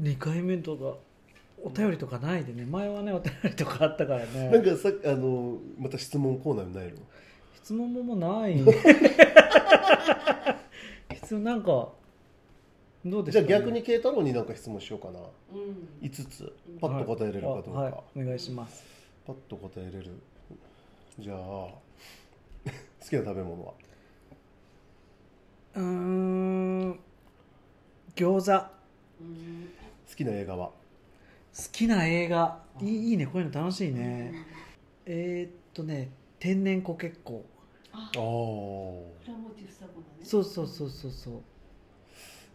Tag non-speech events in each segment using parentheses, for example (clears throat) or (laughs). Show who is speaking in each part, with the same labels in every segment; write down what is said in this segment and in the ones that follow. Speaker 1: 2回目とかお便りとかないでね前はねお便りとかあったから
Speaker 2: なん
Speaker 1: ね
Speaker 2: かさあのまた質問コーナーないの
Speaker 1: 質問ももうない
Speaker 2: (laughs)
Speaker 1: 質問なんかどうです
Speaker 2: じゃあ
Speaker 1: か、
Speaker 2: 逆に慶太郎になんか質問しようかな
Speaker 3: うん。
Speaker 2: 5つパッと答えれるかどうか、
Speaker 1: はいあはいお願いします
Speaker 2: パッと答えれるじゃあ好きな食べ物は
Speaker 1: うーん餃子
Speaker 3: うん。
Speaker 2: 好きな映画は
Speaker 1: 好きな映画いいいいねこういうの楽しいねえー、っとね天然コケッコ
Speaker 3: あ、
Speaker 2: ああ
Speaker 3: プラモティフサボだね。
Speaker 1: そうそうそうそうそう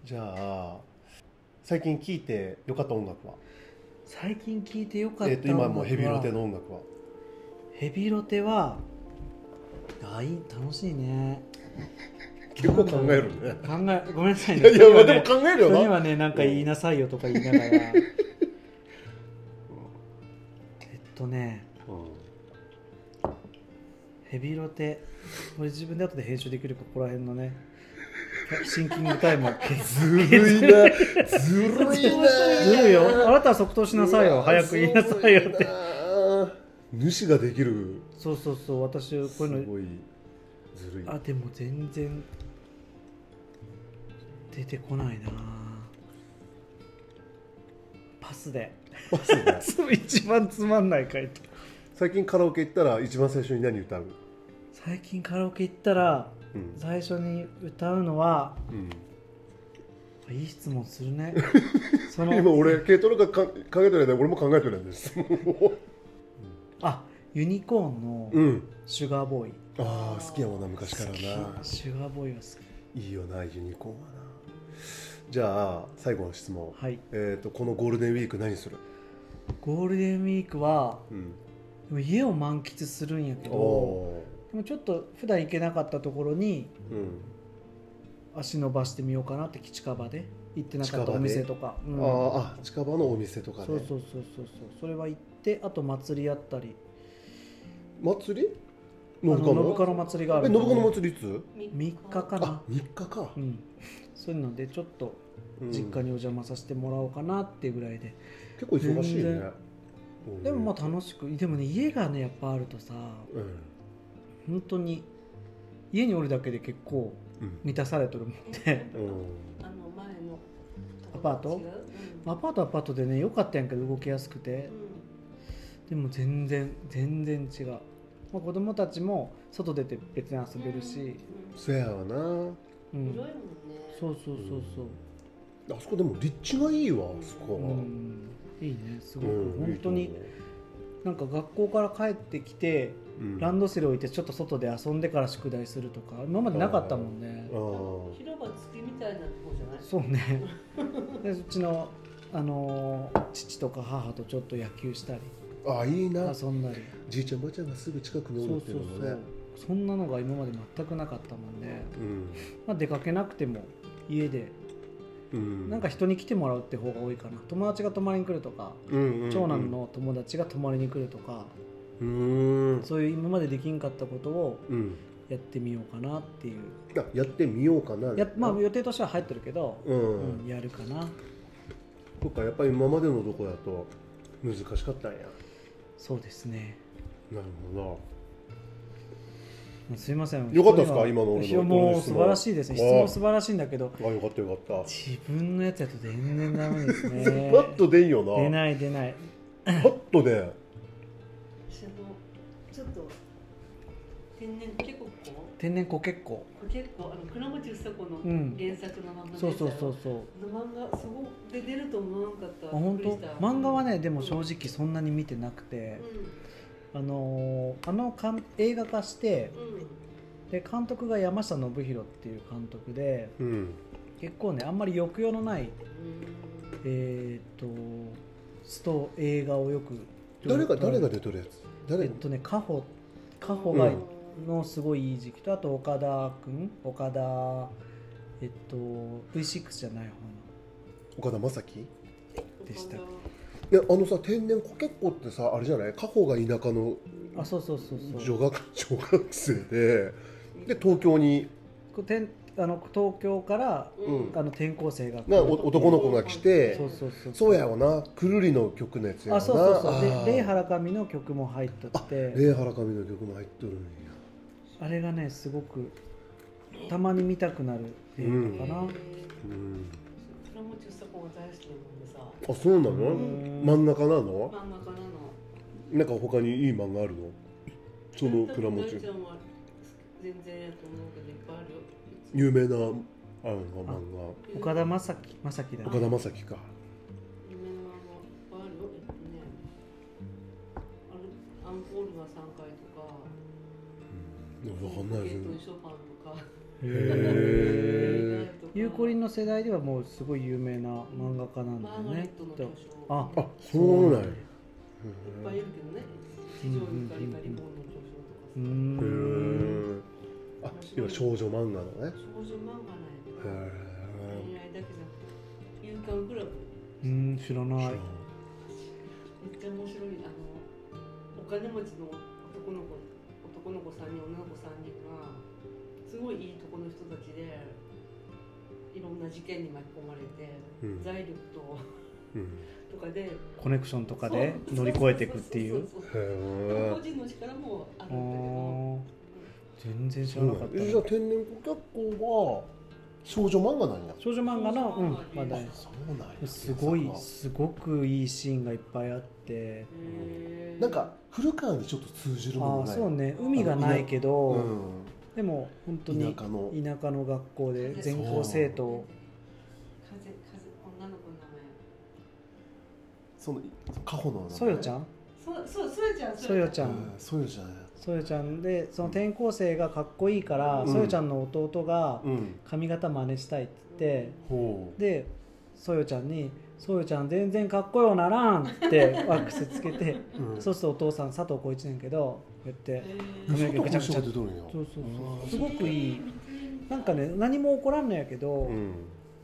Speaker 2: じゃあ最近聴いてよかった音楽は
Speaker 1: 最近聴いてよかった
Speaker 2: えっ、と今もうヘビロテ
Speaker 1: の
Speaker 2: の音楽は
Speaker 1: ヘビロテはあいい楽しいね
Speaker 2: 結構考えるね
Speaker 1: 考えごめんなさい
Speaker 2: い
Speaker 1: ね
Speaker 2: やいや、まあ、
Speaker 1: 人にはね
Speaker 2: でも考える
Speaker 1: 人に
Speaker 2: よな
Speaker 1: はねなんか言いなさいよとか言いながらえっとねヘビロテこれ自分で後で編集できるかここら辺のねシンキングタイムを消す
Speaker 2: ずるいなずるいな
Speaker 1: ずるいよあなたは即答しなさいよ早く言いなさいよって
Speaker 2: 主ができる
Speaker 1: そうそうそう私こ
Speaker 2: す
Speaker 1: ういうの
Speaker 2: ごいずるい (laughs)
Speaker 1: あでも全然出てこないなパスで (laughs) 一番つまんない回答
Speaker 2: 最近カラオケ行ったら一番最初に何歌う
Speaker 1: 最近カラオケ行ったら
Speaker 2: うん、
Speaker 1: 最初に歌うのは
Speaker 2: うん、
Speaker 1: いい質問する
Speaker 2: (laughs)
Speaker 1: ねそ
Speaker 2: 今
Speaker 1: の
Speaker 2: 俺軽トラがか考えてないで俺も考えてない
Speaker 1: (laughs)
Speaker 2: んです
Speaker 1: あユニコーンの
Speaker 2: うん
Speaker 1: シュガーボーイ
Speaker 2: ああ好きやもんな昔からな
Speaker 1: 好きシュガーボーイは好
Speaker 2: いいよなユニコーンはなじゃあ最後の質問
Speaker 1: きはい
Speaker 2: えっ、とこのゴールデンウィーク何する、
Speaker 1: ゴールデンウィークは
Speaker 2: うん、
Speaker 1: でも家を満喫するんやけ
Speaker 2: お
Speaker 1: ど
Speaker 2: お
Speaker 1: でもちょっと普段行けなかったところに
Speaker 2: ー、うん
Speaker 1: 足伸ばしてみようかなって近場で行ってなか
Speaker 2: 近
Speaker 1: った
Speaker 2: 場で
Speaker 1: お店とか、うん
Speaker 2: あーあ近場のお店とかね
Speaker 1: そうそうそうそうそうそれは行ってあと祭りやったり
Speaker 2: 祭り
Speaker 1: あの
Speaker 2: 信
Speaker 1: 信
Speaker 2: の
Speaker 1: 子の祭りがあ
Speaker 2: え
Speaker 1: る
Speaker 2: 信子の祭りいつ
Speaker 1: 3日か
Speaker 2: あ
Speaker 1: な
Speaker 2: 三3日か
Speaker 1: う、んそういうのでちょっと
Speaker 2: うん
Speaker 1: 実家にお邪魔させてもらおうかなっていうぐらいで、
Speaker 2: 結構忙しい
Speaker 1: 全
Speaker 2: ね
Speaker 1: 然でもまあ楽しくでもね家がねやっぱあるとさ
Speaker 2: うん、
Speaker 1: 本当に家におるだけで結構
Speaker 2: うん
Speaker 1: 満たされとるもんで
Speaker 3: えあの前の
Speaker 1: アパート
Speaker 3: 違う
Speaker 1: アパートアパートでね良かったんやけど動きやすくてでも全然全然違う、まあ、子供たちも外出て別に遊べるし、。
Speaker 2: そやわな
Speaker 1: う
Speaker 3: うんうんん広いもんね。
Speaker 1: そうそうそうそう
Speaker 2: あそこでも立地がいいわあそこ
Speaker 1: う
Speaker 2: は、
Speaker 1: んいいねすごく、
Speaker 2: うん
Speaker 1: 本当
Speaker 2: いい
Speaker 1: に
Speaker 2: と思
Speaker 1: なんか学校から帰ってきて、
Speaker 2: ううん
Speaker 1: ランドセル置いてちょっと外で遊んでから宿題するとか今までなかったもんね、
Speaker 2: あー
Speaker 3: 広場付きみたいなとこじゃない。
Speaker 1: そうねでそっちの、あのー父とか母とちょっと野球したり
Speaker 2: あいいな
Speaker 1: 遊んだり
Speaker 2: じいちゃんばあちゃんがすぐ近く
Speaker 1: そ
Speaker 2: におる
Speaker 1: う
Speaker 2: ってい
Speaker 1: そうう
Speaker 2: のも
Speaker 1: そ
Speaker 2: ね
Speaker 1: うそんなのが今まで全くなかったもんね、
Speaker 2: うん
Speaker 1: まあ、出かけなくても家で
Speaker 2: うん
Speaker 1: なんか人に来てもらうって方が多いかな友達が泊まりに来るとか
Speaker 2: うんうんうん
Speaker 1: 長男の友達が泊まりに来るとか
Speaker 2: うーん
Speaker 1: そういう今までできんかったことを
Speaker 2: うん
Speaker 1: やってみようかなっていう
Speaker 2: あやってみようかな
Speaker 1: やまあ予定としては入ってるけど、
Speaker 2: うん
Speaker 1: うんやるかな
Speaker 2: そっかやっぱり今までのとこだと難しかったんや
Speaker 1: そうですね
Speaker 2: なるほ
Speaker 1: すいません
Speaker 2: よかったですか
Speaker 1: こういう
Speaker 2: 今の俺の
Speaker 1: いやもう
Speaker 2: 質
Speaker 1: 素
Speaker 2: 問
Speaker 1: 晴らしいですね質
Speaker 2: ああ
Speaker 1: 問素晴らしいんだけど
Speaker 2: どあよかったよかった
Speaker 1: 自分のやつやと全然ダメですね
Speaker 2: (laughs) パッと出んよ
Speaker 1: 出
Speaker 2: な
Speaker 1: ない出ない
Speaker 2: パッと出ん
Speaker 3: 私あのちょっと天然結構こ
Speaker 1: 天然コケッコ
Speaker 3: う結構あの倉持房子の
Speaker 1: うん
Speaker 3: 原作の漫画
Speaker 1: そうそうそうそう
Speaker 3: の漫画すごく出てると思わなかった。
Speaker 1: あ本
Speaker 3: びっくり
Speaker 1: 当
Speaker 3: した
Speaker 1: 漫画はねでも正直そんなに見てなく
Speaker 3: う
Speaker 1: て、
Speaker 3: ん
Speaker 1: あのーあのかん映画化して
Speaker 3: うん
Speaker 1: で監督が山下信弘っていう監督で
Speaker 2: うん
Speaker 1: 結構ねあんまり抑揚のない
Speaker 3: うん
Speaker 1: えーっとスト映画をよく
Speaker 2: 誰が誰が出とるやつ
Speaker 1: え
Speaker 2: 誰
Speaker 1: っとねカホカホ
Speaker 2: う
Speaker 1: が
Speaker 2: ん
Speaker 1: のすごいいい時期とあと岡田君岡田えっと V6 じゃない方の
Speaker 2: 岡田将生
Speaker 1: でした
Speaker 3: うん
Speaker 2: ねあのさ天然コケッコってさあれじゃない加穂が田舎の
Speaker 1: あそうそうそうそ
Speaker 2: 女
Speaker 1: う
Speaker 2: 学小学生でで東京に
Speaker 1: こう天あの東京から
Speaker 2: うん
Speaker 1: あの転校生が来る
Speaker 2: なお男の子が来て
Speaker 1: そうそうそう
Speaker 2: そうやわなくるりの曲のやつやわ
Speaker 1: あ
Speaker 2: な
Speaker 1: そうそうそう
Speaker 2: あー
Speaker 1: でレイ・ハラカミの曲も入ってて
Speaker 2: レイハラカミの曲も入っとるんや
Speaker 1: あれがねすごくたまに見たくなる映画かな、
Speaker 2: うん
Speaker 3: それも著作も大好きなんでさ
Speaker 2: あそうなの、
Speaker 1: うん
Speaker 2: 真ん中なの
Speaker 3: 漫画家なの
Speaker 2: なんか他にいい漫画あるのその倉持
Speaker 3: ちゃんは全然やと思うけどいっぱいあるよ
Speaker 2: 有名なあの漫画
Speaker 1: 岡田将生将生だ
Speaker 2: 岡田将生か
Speaker 3: 有名な漫画いっぱいあるよえっとねあれアンコールが3回とか
Speaker 2: うん分かんないで
Speaker 3: ゲー
Speaker 2: す
Speaker 3: ト
Speaker 2: ね
Speaker 3: にショパンとか
Speaker 2: へー
Speaker 1: ゆうこりんの世代ではもうすごい有名な漫画家なんだ
Speaker 3: マ
Speaker 1: よ
Speaker 3: ーガレッ
Speaker 1: ね
Speaker 3: トの巨匠
Speaker 1: あ
Speaker 2: あそうなんや
Speaker 3: いっぱいいるけどね非常にガリガリボーン
Speaker 1: う
Speaker 3: の巨匠とかさ、
Speaker 1: ー
Speaker 2: へえ
Speaker 1: ん
Speaker 2: あ今少女漫画のね
Speaker 3: 少女漫画ない
Speaker 2: へ
Speaker 3: 恋愛だけじゃなくて勇敢クラブ
Speaker 1: うーん知らない
Speaker 2: え
Speaker 3: めっちゃ面白いあのお金持ちの男の子男の子3人女の子3人がすごいいいとこの人たちでいろんな事件に巻き込まれて、
Speaker 2: うん
Speaker 3: 財力と
Speaker 2: うん
Speaker 3: とかで
Speaker 1: コネクションとかで
Speaker 3: そう
Speaker 1: 乗り越えていくっていう
Speaker 3: そそそ
Speaker 2: へ
Speaker 3: そ
Speaker 2: え
Speaker 3: 個人の力もあ
Speaker 1: あ
Speaker 3: るんだけど
Speaker 1: ー全然知らなかった
Speaker 2: えじゃあ天然顧客は少女漫画なんや
Speaker 1: 少女漫画のうん
Speaker 3: そう
Speaker 1: まだ
Speaker 2: そうなんや
Speaker 1: すごい
Speaker 2: 原作
Speaker 1: すごくいいシーンがいっぱいあって
Speaker 3: へ
Speaker 2: は
Speaker 3: ー
Speaker 2: なんか古川にちょっと通じる
Speaker 1: あ
Speaker 2: もの
Speaker 1: あ
Speaker 2: ない
Speaker 1: そうね海がないけど、
Speaker 2: うん
Speaker 1: でも本当に
Speaker 2: 田舎の
Speaker 1: 田舎の学校で全校生徒
Speaker 3: 風風女の子の名前
Speaker 2: そのカホの名前
Speaker 1: そよちゃん
Speaker 3: そうそうそよちゃん
Speaker 1: そよちゃ
Speaker 2: うんんそよちゃんや
Speaker 1: そよちゃんでその転校生がかっこいいから、
Speaker 2: うん
Speaker 1: そよちゃんの弟が
Speaker 2: うん
Speaker 1: 髪型真似したいって言って、
Speaker 2: ほう
Speaker 1: でそよちゃんに「そよちゃん全然かっこようならん」って
Speaker 2: (laughs)
Speaker 1: ワックスつけて
Speaker 2: うん
Speaker 1: そうするとお父さん佐藤浩市なんやけどこうやって
Speaker 2: う
Speaker 1: ごめん
Speaker 2: んとこしようってどうや
Speaker 1: そうそうそううんすごくいいなんかね何も起こらんのやけど、
Speaker 2: うん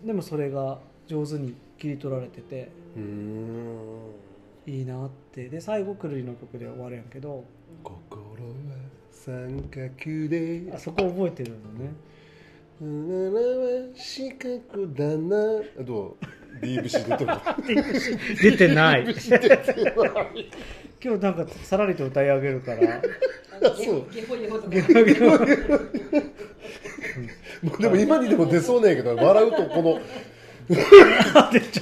Speaker 1: でもそれが上手に切り取られてて
Speaker 2: うーん
Speaker 1: いいなってで最後くるりの曲で終わるやんけど
Speaker 2: 心は三角で
Speaker 1: あそこ覚えてるのね (laughs)
Speaker 2: 七は四角だなあとビーブシ出てる
Speaker 1: 出てない (laughs) 今日なんかさらりと歌い上げる
Speaker 2: (laughs)
Speaker 1: から
Speaker 2: そう
Speaker 3: ゲホゲホとか
Speaker 2: でも今にでも出そうなんやけど笑うとこの
Speaker 3: 最近セ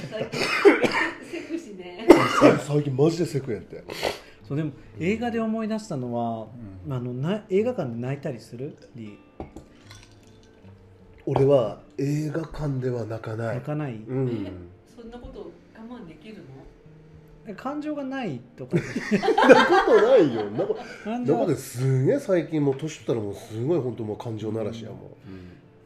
Speaker 3: クシーね。
Speaker 2: さ最近マジでセクやって
Speaker 1: そうでも映画で思い出したのは、
Speaker 2: うん
Speaker 1: あのな映画館で泣いたりするり
Speaker 2: 俺は映画館では泣かない
Speaker 1: 泣かない、
Speaker 2: うん
Speaker 3: そんなこと我慢できるの？
Speaker 1: 感情がないと
Speaker 2: (laughs)
Speaker 1: か
Speaker 2: そんなことないよなんか
Speaker 1: 感
Speaker 2: な
Speaker 1: 情
Speaker 2: ん
Speaker 1: は
Speaker 2: かですげえ最近もう年取ったらもうすごい本当もう感情ならしやも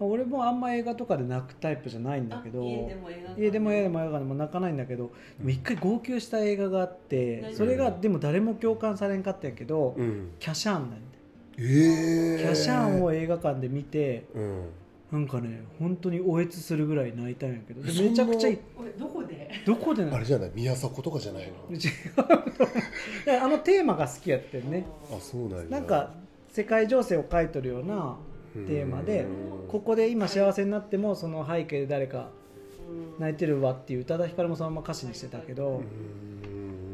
Speaker 1: 俺もあんま映画とかで泣くタイプじゃないんだけど
Speaker 3: あ家でも映画館
Speaker 1: 家でも映画でも映画でも泣かないんだけどでも一回号泣した映画があって
Speaker 3: 何
Speaker 1: それがでも誰も共感されんかったんやけど、
Speaker 2: う、うん、
Speaker 1: キャシャーンなんだよ
Speaker 2: ええ
Speaker 1: キャシャーンを映画館で見て
Speaker 2: うん
Speaker 1: なんかね本当におえつするぐらい泣いたんやけどで
Speaker 2: そんな
Speaker 1: めちゃくちゃい
Speaker 3: おいどこで？
Speaker 1: どこで泣
Speaker 2: あ
Speaker 1: い
Speaker 2: れじゃない宮迫とかじゃない
Speaker 1: 違
Speaker 2: の
Speaker 1: うと思 (laughs) うあのテーマが好きやってんね
Speaker 2: あそうなんや
Speaker 1: なんか世界情勢を書いとるような
Speaker 2: うん
Speaker 1: テーマで
Speaker 2: うん
Speaker 1: ここで今幸せになってもその背景で誰か泣いてるわっていう宇多田ヒカルもそのまま歌詞にしてたけど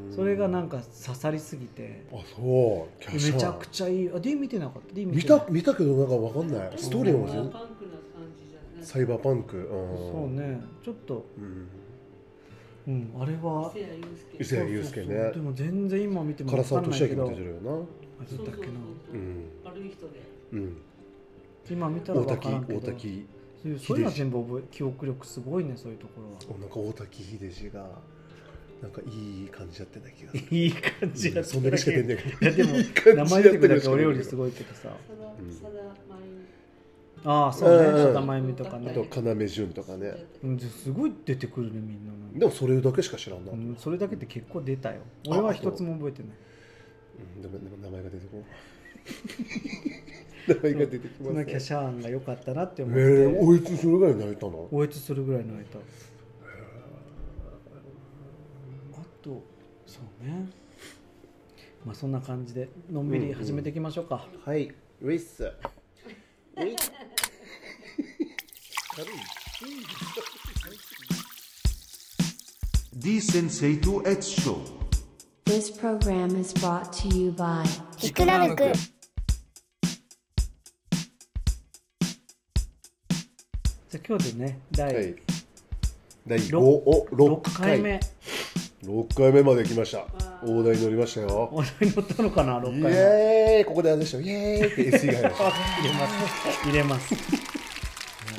Speaker 2: うん
Speaker 1: それがなんか刺さりすぎて
Speaker 2: あそうキャ
Speaker 1: め
Speaker 2: シャーン
Speaker 1: ちゃくちゃいいあ D 見てなかった D 見
Speaker 2: 見
Speaker 1: てな
Speaker 2: た
Speaker 1: かった
Speaker 2: 見たけどなんかわかんないストーリーも
Speaker 3: サイ
Speaker 2: 全
Speaker 3: バ
Speaker 2: 然
Speaker 3: ーパンクな感じじゃない。
Speaker 2: サイバーパンクうん
Speaker 1: そうねちょっと
Speaker 2: うん
Speaker 1: うんあれは
Speaker 3: 伊勢谷
Speaker 2: 伊
Speaker 3: 友
Speaker 2: 勢
Speaker 3: 介。
Speaker 2: 谷友介ね
Speaker 1: そうそうそうでも全然今見ても
Speaker 2: 唐
Speaker 1: 分
Speaker 2: 沢
Speaker 1: かんない
Speaker 2: 俊
Speaker 1: け
Speaker 2: 明
Speaker 1: ど
Speaker 2: も出てるよな
Speaker 1: あどうだっけな
Speaker 2: うん
Speaker 3: 悪い人で。
Speaker 2: うん
Speaker 1: 今見たら
Speaker 2: 大
Speaker 1: 分か
Speaker 2: 滝
Speaker 1: らんけ
Speaker 2: 大
Speaker 1: ど
Speaker 2: 滝
Speaker 1: そういうそういうのは全部覚え記憶力すごいねそういうところは
Speaker 2: おなんか大滝秀治がなんかいい感じだったような気がする
Speaker 1: いい感じや
Speaker 2: うんそんだけしか出んねんけど
Speaker 1: いやでも
Speaker 2: いい (laughs) 感
Speaker 1: (laughs)
Speaker 2: じ
Speaker 1: 名
Speaker 2: や
Speaker 1: 前出てくるだけ
Speaker 2: った
Speaker 1: 俺より
Speaker 2: け
Speaker 1: す
Speaker 2: ど
Speaker 1: ごいけどさ
Speaker 3: さだ
Speaker 2: うん
Speaker 3: さだまゆ
Speaker 1: ああそうね
Speaker 2: うん
Speaker 1: 佐田真由美とか
Speaker 2: あ
Speaker 1: ね
Speaker 2: と要潤
Speaker 1: (laughs)
Speaker 2: とかね
Speaker 1: うんすごい出てくるねみんななんか
Speaker 2: でもそれだけしか知らんな、
Speaker 1: う
Speaker 2: うん
Speaker 1: ん、それだけって結構出たよ俺は一つも覚えてない
Speaker 2: でもでも名前が出てこない (laughs) 名前が出てき
Speaker 1: そ
Speaker 2: ま
Speaker 1: ん
Speaker 2: す
Speaker 1: な
Speaker 2: ね
Speaker 1: キャシャーンが良かったなって
Speaker 2: え
Speaker 1: 思って、
Speaker 2: ー、おいつそれぐらい泣いたの
Speaker 1: おえつするぐらい泣いたあとそうねまあそんな感じでのんびり始めていきましょうか、
Speaker 2: はいウィッスウィッ軽い
Speaker 4: D Sensei 2 X Show.
Speaker 5: This program is brought to you by
Speaker 6: ひくらめく
Speaker 1: じゃあ今日でね第、
Speaker 2: はい第
Speaker 1: ろ
Speaker 2: 6
Speaker 1: 6
Speaker 2: 回
Speaker 1: 回目
Speaker 2: 6回目まで来ました
Speaker 3: ー
Speaker 2: 大台に乗りましたよ
Speaker 1: お題に乗ったのかな
Speaker 2: イ
Speaker 1: 6回目
Speaker 2: エーイここであれでしょイエーイって SE が入りました
Speaker 1: 入れます入れま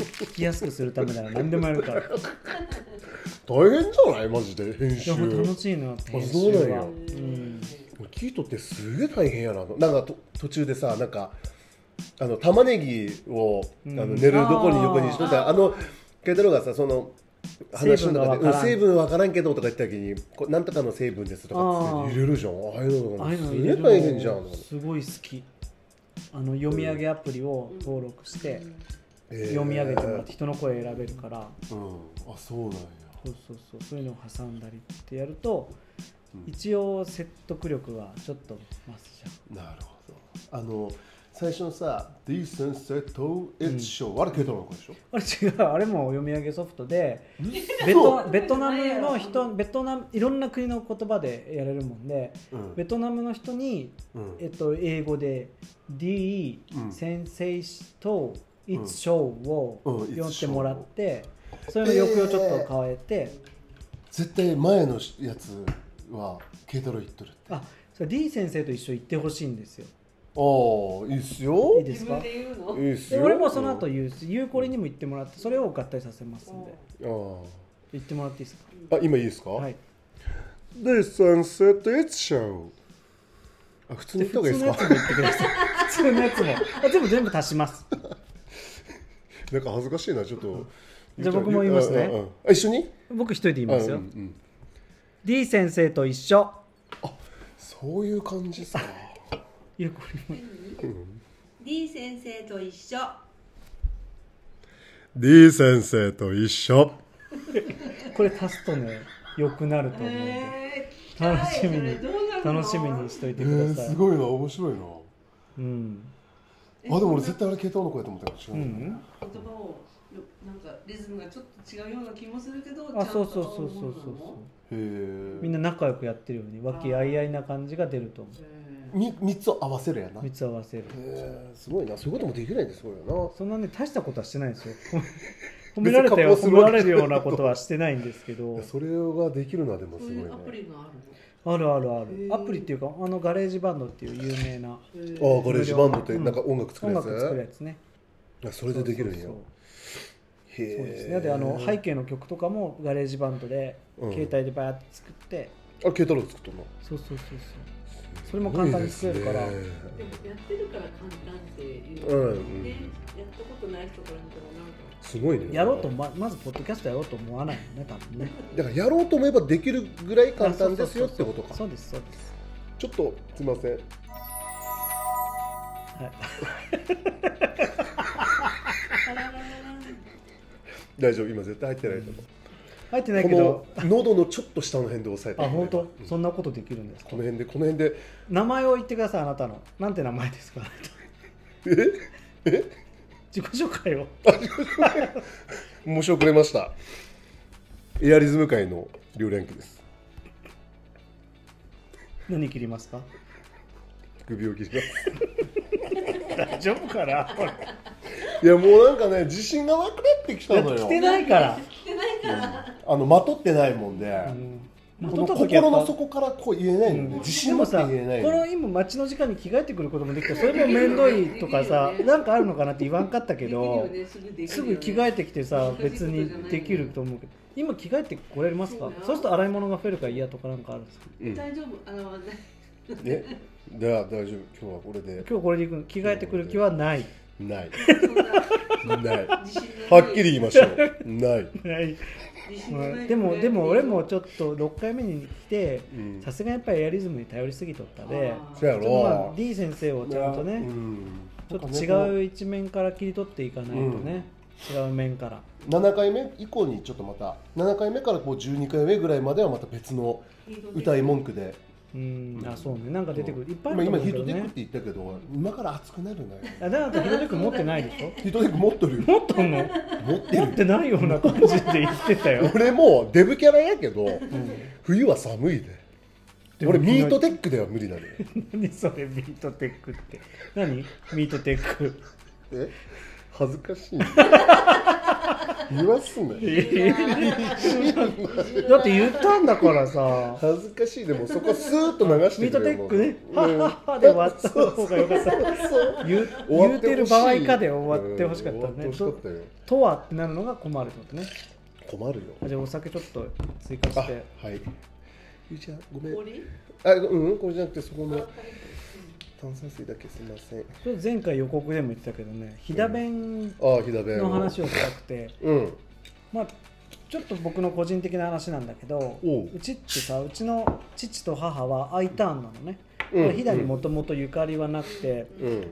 Speaker 1: す聞きやすくするためなら何でもやるからい
Speaker 2: 大変じゃないマジで編集
Speaker 1: やほんと楽しいのよ編集
Speaker 2: そうなん
Speaker 1: は
Speaker 2: や
Speaker 1: うん
Speaker 2: キートってすげえ大変やなとなんかと途中でさなんかあの玉ねぎを、
Speaker 1: うん
Speaker 2: あの寝るどこに
Speaker 1: あー
Speaker 2: 横にしといたらあのケイタロウがさその話の中でうん
Speaker 1: 成
Speaker 2: 成分わからんけどとか言った時にこうなんとかの成分ですとかっ
Speaker 1: あー
Speaker 2: つって入れるじゃんああいうのと
Speaker 1: ああ
Speaker 2: かね
Speaker 1: いうの
Speaker 2: す
Speaker 1: 入
Speaker 2: げ
Speaker 1: れ
Speaker 2: え
Speaker 1: る
Speaker 2: 大変じゃん
Speaker 1: のすごい好きあの読み上げアプリを登録して読み上げてもらって人の声選べるから
Speaker 2: うんあそうなんや
Speaker 1: そうそうそうそういうのを挟んだりってやると
Speaker 2: うん
Speaker 1: 一応説得力はちょっと増すじゃん
Speaker 2: なるほどあの最初のさ「D 先生と It's Show」あれケイタロウの声でし
Speaker 1: あれ
Speaker 2: ょ
Speaker 1: 違うあれも読み上げソフトでベ
Speaker 2: そ
Speaker 1: トベトナムの人ベトナムいろんな国の言葉でやれるもんで
Speaker 2: うん
Speaker 1: ベトナムの人に、
Speaker 2: うん
Speaker 1: えっと、英語で D
Speaker 2: うん
Speaker 1: 先生と
Speaker 2: う
Speaker 1: It's
Speaker 2: ん
Speaker 1: Show を
Speaker 2: うん It's
Speaker 1: 読んでもらってそれの抑揚をちょっと変えて
Speaker 2: 絶対前のやつはケイタロウ言っとるって
Speaker 1: あそれ D 先生と一緒に行ってほしいんですよ
Speaker 2: ああいいっすよ
Speaker 1: いいで
Speaker 3: 自
Speaker 1: すか
Speaker 3: 分で言う
Speaker 2: い
Speaker 3: の
Speaker 2: いっす
Speaker 1: で
Speaker 2: よ
Speaker 1: 俺もその後言うしゆうこりにも行ってもらってそれを合体させますんで
Speaker 2: うん
Speaker 1: 行ってもらっていいですか
Speaker 2: ああ今いいですか、
Speaker 1: はい
Speaker 2: This sunset is show あ普通に言った方がいいですか
Speaker 1: 普通のやつも言ってください (laughs) 普通のやつもあ全部全部足します
Speaker 2: (laughs) なんか恥ずかしいなちょっと
Speaker 1: (laughs) じゃあ僕も言いますね
Speaker 2: ああああ一緒に
Speaker 1: 僕一人で言います
Speaker 2: あ
Speaker 1: よ
Speaker 2: うんうん
Speaker 1: D 先生と一緒
Speaker 2: そういう感じ (laughs) さ
Speaker 1: ゆうこりも
Speaker 3: D 先生と一緒
Speaker 2: D 先生と一緒
Speaker 1: これ足すとね良くなると思うんで、
Speaker 3: えー
Speaker 1: 楽しみ
Speaker 3: それ
Speaker 1: に
Speaker 3: どうなるの
Speaker 1: 楽しみにしとい
Speaker 2: え
Speaker 1: てくだ
Speaker 2: ー、
Speaker 1: さい、
Speaker 2: すごいな面白いな
Speaker 1: うん
Speaker 2: あでも俺絶対あれケイタロウの声と思ったけど
Speaker 1: う
Speaker 2: 違う、
Speaker 1: ん
Speaker 3: 言葉をよなんかリズムがちょっと違うような気もするけど
Speaker 1: あ
Speaker 3: ちゃん
Speaker 1: そ
Speaker 3: と
Speaker 1: うそうそうそうそう
Speaker 3: 合うものなの
Speaker 2: へえ
Speaker 1: みんな仲良くやってるように和気あいあいな感じが出ると思
Speaker 3: え
Speaker 2: み3つを合わせるやな
Speaker 1: う三つ合わせる
Speaker 2: えーすごいなそういうこともできないんですごいよ
Speaker 1: そんなね大したことはしてないですよ
Speaker 2: (laughs)
Speaker 1: 褒められたよ褒められるようなことはしてないんですけ
Speaker 2: な
Speaker 1: ど
Speaker 2: (laughs) いやそれができるのはでも
Speaker 3: ー
Speaker 2: す
Speaker 3: そ
Speaker 2: ご
Speaker 3: う
Speaker 2: いね
Speaker 3: いうアプリがあ
Speaker 1: あるあるある
Speaker 3: へー
Speaker 1: アプリっていうかあのガレージバンドっていう有名な
Speaker 3: るの、
Speaker 2: あ
Speaker 3: えー
Speaker 2: ーガレージバンドってなんか音楽作
Speaker 1: 音
Speaker 2: るやつ
Speaker 1: 楽作るやつね
Speaker 2: あそれでできるん
Speaker 1: そう
Speaker 2: や
Speaker 1: そう
Speaker 2: へ
Speaker 1: そうそ
Speaker 2: え
Speaker 1: うですねであの背景の曲とかもガレージバンドで
Speaker 2: うん
Speaker 1: 携帯でバーって作って
Speaker 2: あケイタロウ作ったの
Speaker 1: そうそうそうそうそれも簡単に作れるから
Speaker 2: すごいです
Speaker 3: で
Speaker 2: ね
Speaker 3: もやってるから簡単っていう、
Speaker 2: うん
Speaker 3: ね、やったことない人から見たらなんか
Speaker 2: すごいね
Speaker 1: やろうとままずポッドキャストやろうと思わないよね多分ね
Speaker 2: だからやろうと思えばできるぐらい (laughs) 簡単ですよってこと
Speaker 1: そ
Speaker 2: か
Speaker 1: うですそうです
Speaker 2: ちょっとすいません
Speaker 1: はい
Speaker 3: あらららら
Speaker 2: 大丈夫今絶対入ってないと思う
Speaker 1: 入ってないけど
Speaker 2: この喉のちょっと下の辺で押さえて
Speaker 1: あ本当
Speaker 2: うん
Speaker 1: そんなことできるんですか
Speaker 2: この辺でこの辺で
Speaker 1: 名前を言ってくださいあなたのなんて名前ですか自己紹介を
Speaker 2: (laughs) 申し遅れましたエアリズム界の両連機です
Speaker 1: 何切りますか
Speaker 2: 首を切ります
Speaker 1: 大丈夫かなこれ
Speaker 2: (laughs) いやもうなんかね自信がなくなってきたの
Speaker 1: 来て
Speaker 2: よ
Speaker 1: ないから、
Speaker 2: あのまとってないもんで、
Speaker 1: うん
Speaker 2: こ
Speaker 1: 取っ
Speaker 2: の
Speaker 1: た時はやっ
Speaker 2: 心
Speaker 1: ぱ
Speaker 2: の底からこう言えないので、
Speaker 1: で
Speaker 2: 自信持
Speaker 1: も
Speaker 2: って
Speaker 1: さ
Speaker 2: 言え
Speaker 1: こ
Speaker 2: ない
Speaker 1: の
Speaker 2: の
Speaker 1: 今街の時間に着替えてくることもできたそれも面倒いとかさ
Speaker 3: できるよ
Speaker 1: な
Speaker 3: ね
Speaker 1: んかあるのかなって言わんかったけど
Speaker 3: できるよねすぐできるよね
Speaker 1: すぐ着替えてきてさ
Speaker 3: 難しいこと
Speaker 1: 別
Speaker 3: じゃないよ
Speaker 1: にできると思うけど今着替えてこれます
Speaker 3: そ
Speaker 1: か
Speaker 3: うだよ
Speaker 1: そうすると洗い物が増えるから嫌とかなんかあるんですか
Speaker 2: うん
Speaker 3: 大丈夫あの
Speaker 2: えじゃあ大丈夫今日はこれで
Speaker 1: 今日これで行く着替えてくる気はない
Speaker 2: ない
Speaker 3: そんな
Speaker 2: ないは
Speaker 3: 自信がない
Speaker 2: っきり言いましょうない、
Speaker 1: はい
Speaker 3: 自信がない
Speaker 1: でもでも俺もちょっと6回目に来て
Speaker 2: うん、
Speaker 1: さすがにやっぱりエアリズムに頼りすぎとったで
Speaker 3: あー
Speaker 2: そうや
Speaker 1: ちょっとま
Speaker 2: ろ
Speaker 1: あ D 先生をちゃんと
Speaker 2: う
Speaker 1: ね
Speaker 2: ん
Speaker 1: ちょっと違う一面から切り取っていかないとね違う面から
Speaker 2: 7回目以降にちょっとまた7回目からこう12回目ぐらいまではまた別の歌い文句で
Speaker 1: うんあそうねなんか出てくるいっぱいあ
Speaker 2: まあ
Speaker 1: ると
Speaker 2: 今
Speaker 1: 思う
Speaker 2: ヒ
Speaker 1: けど
Speaker 2: ー
Speaker 1: ね
Speaker 2: トテックって言ったけど今から熱くなるなよ
Speaker 1: あだからヒロテック持ってないでしょ
Speaker 2: ヒートテック持ってるよ
Speaker 1: 持っとんの
Speaker 2: 持って
Speaker 1: 持
Speaker 2: る
Speaker 1: ってないような感じで言ってたよ、
Speaker 2: 俺もデブキャラやけど
Speaker 1: うん
Speaker 2: 冬は寒いで
Speaker 1: でも
Speaker 2: (laughs) 俺ミートテックでは無理なのよ
Speaker 1: (laughs) 何それミートテックって何ミートテッ
Speaker 2: (laughs)
Speaker 1: ク
Speaker 2: え恥ずかしい言わすなよ
Speaker 1: だって言ったんだからさ
Speaker 2: 恥ずかしいでもそこスーッと流して
Speaker 1: ミート
Speaker 2: く
Speaker 1: テ
Speaker 2: れ
Speaker 1: ックね
Speaker 2: も、
Speaker 1: は
Speaker 2: ううん
Speaker 1: っはっはで終わった方がよかった。
Speaker 2: そう
Speaker 1: 言う
Speaker 2: 終わ
Speaker 1: 言う
Speaker 2: ほ
Speaker 1: て
Speaker 2: しい
Speaker 1: る場合かで終わってほしかった
Speaker 2: うん
Speaker 1: ね。
Speaker 2: 終わってほしか
Speaker 1: と
Speaker 2: ったよ
Speaker 1: とはってなるのが困るってことね。
Speaker 2: 困るよ
Speaker 1: あじゃあお酒ちょっと追加して。
Speaker 2: あはいゆうちゃんごめん
Speaker 3: 氷
Speaker 2: あうんこれじゃなくてそこ
Speaker 3: あ
Speaker 2: の炭酸水だけすいません
Speaker 1: それ前回予告でも言ってたけどね、飛騨弁
Speaker 2: ああひだべ
Speaker 1: の話をしたくて、
Speaker 2: うん
Speaker 1: まあちょっと僕の個人的な話なんだけど、
Speaker 2: おう
Speaker 1: うちってさ、うちの父と母は I ターンなのね。
Speaker 2: うん
Speaker 1: まあ飛騨にもともとゆかりはなくて。
Speaker 2: うん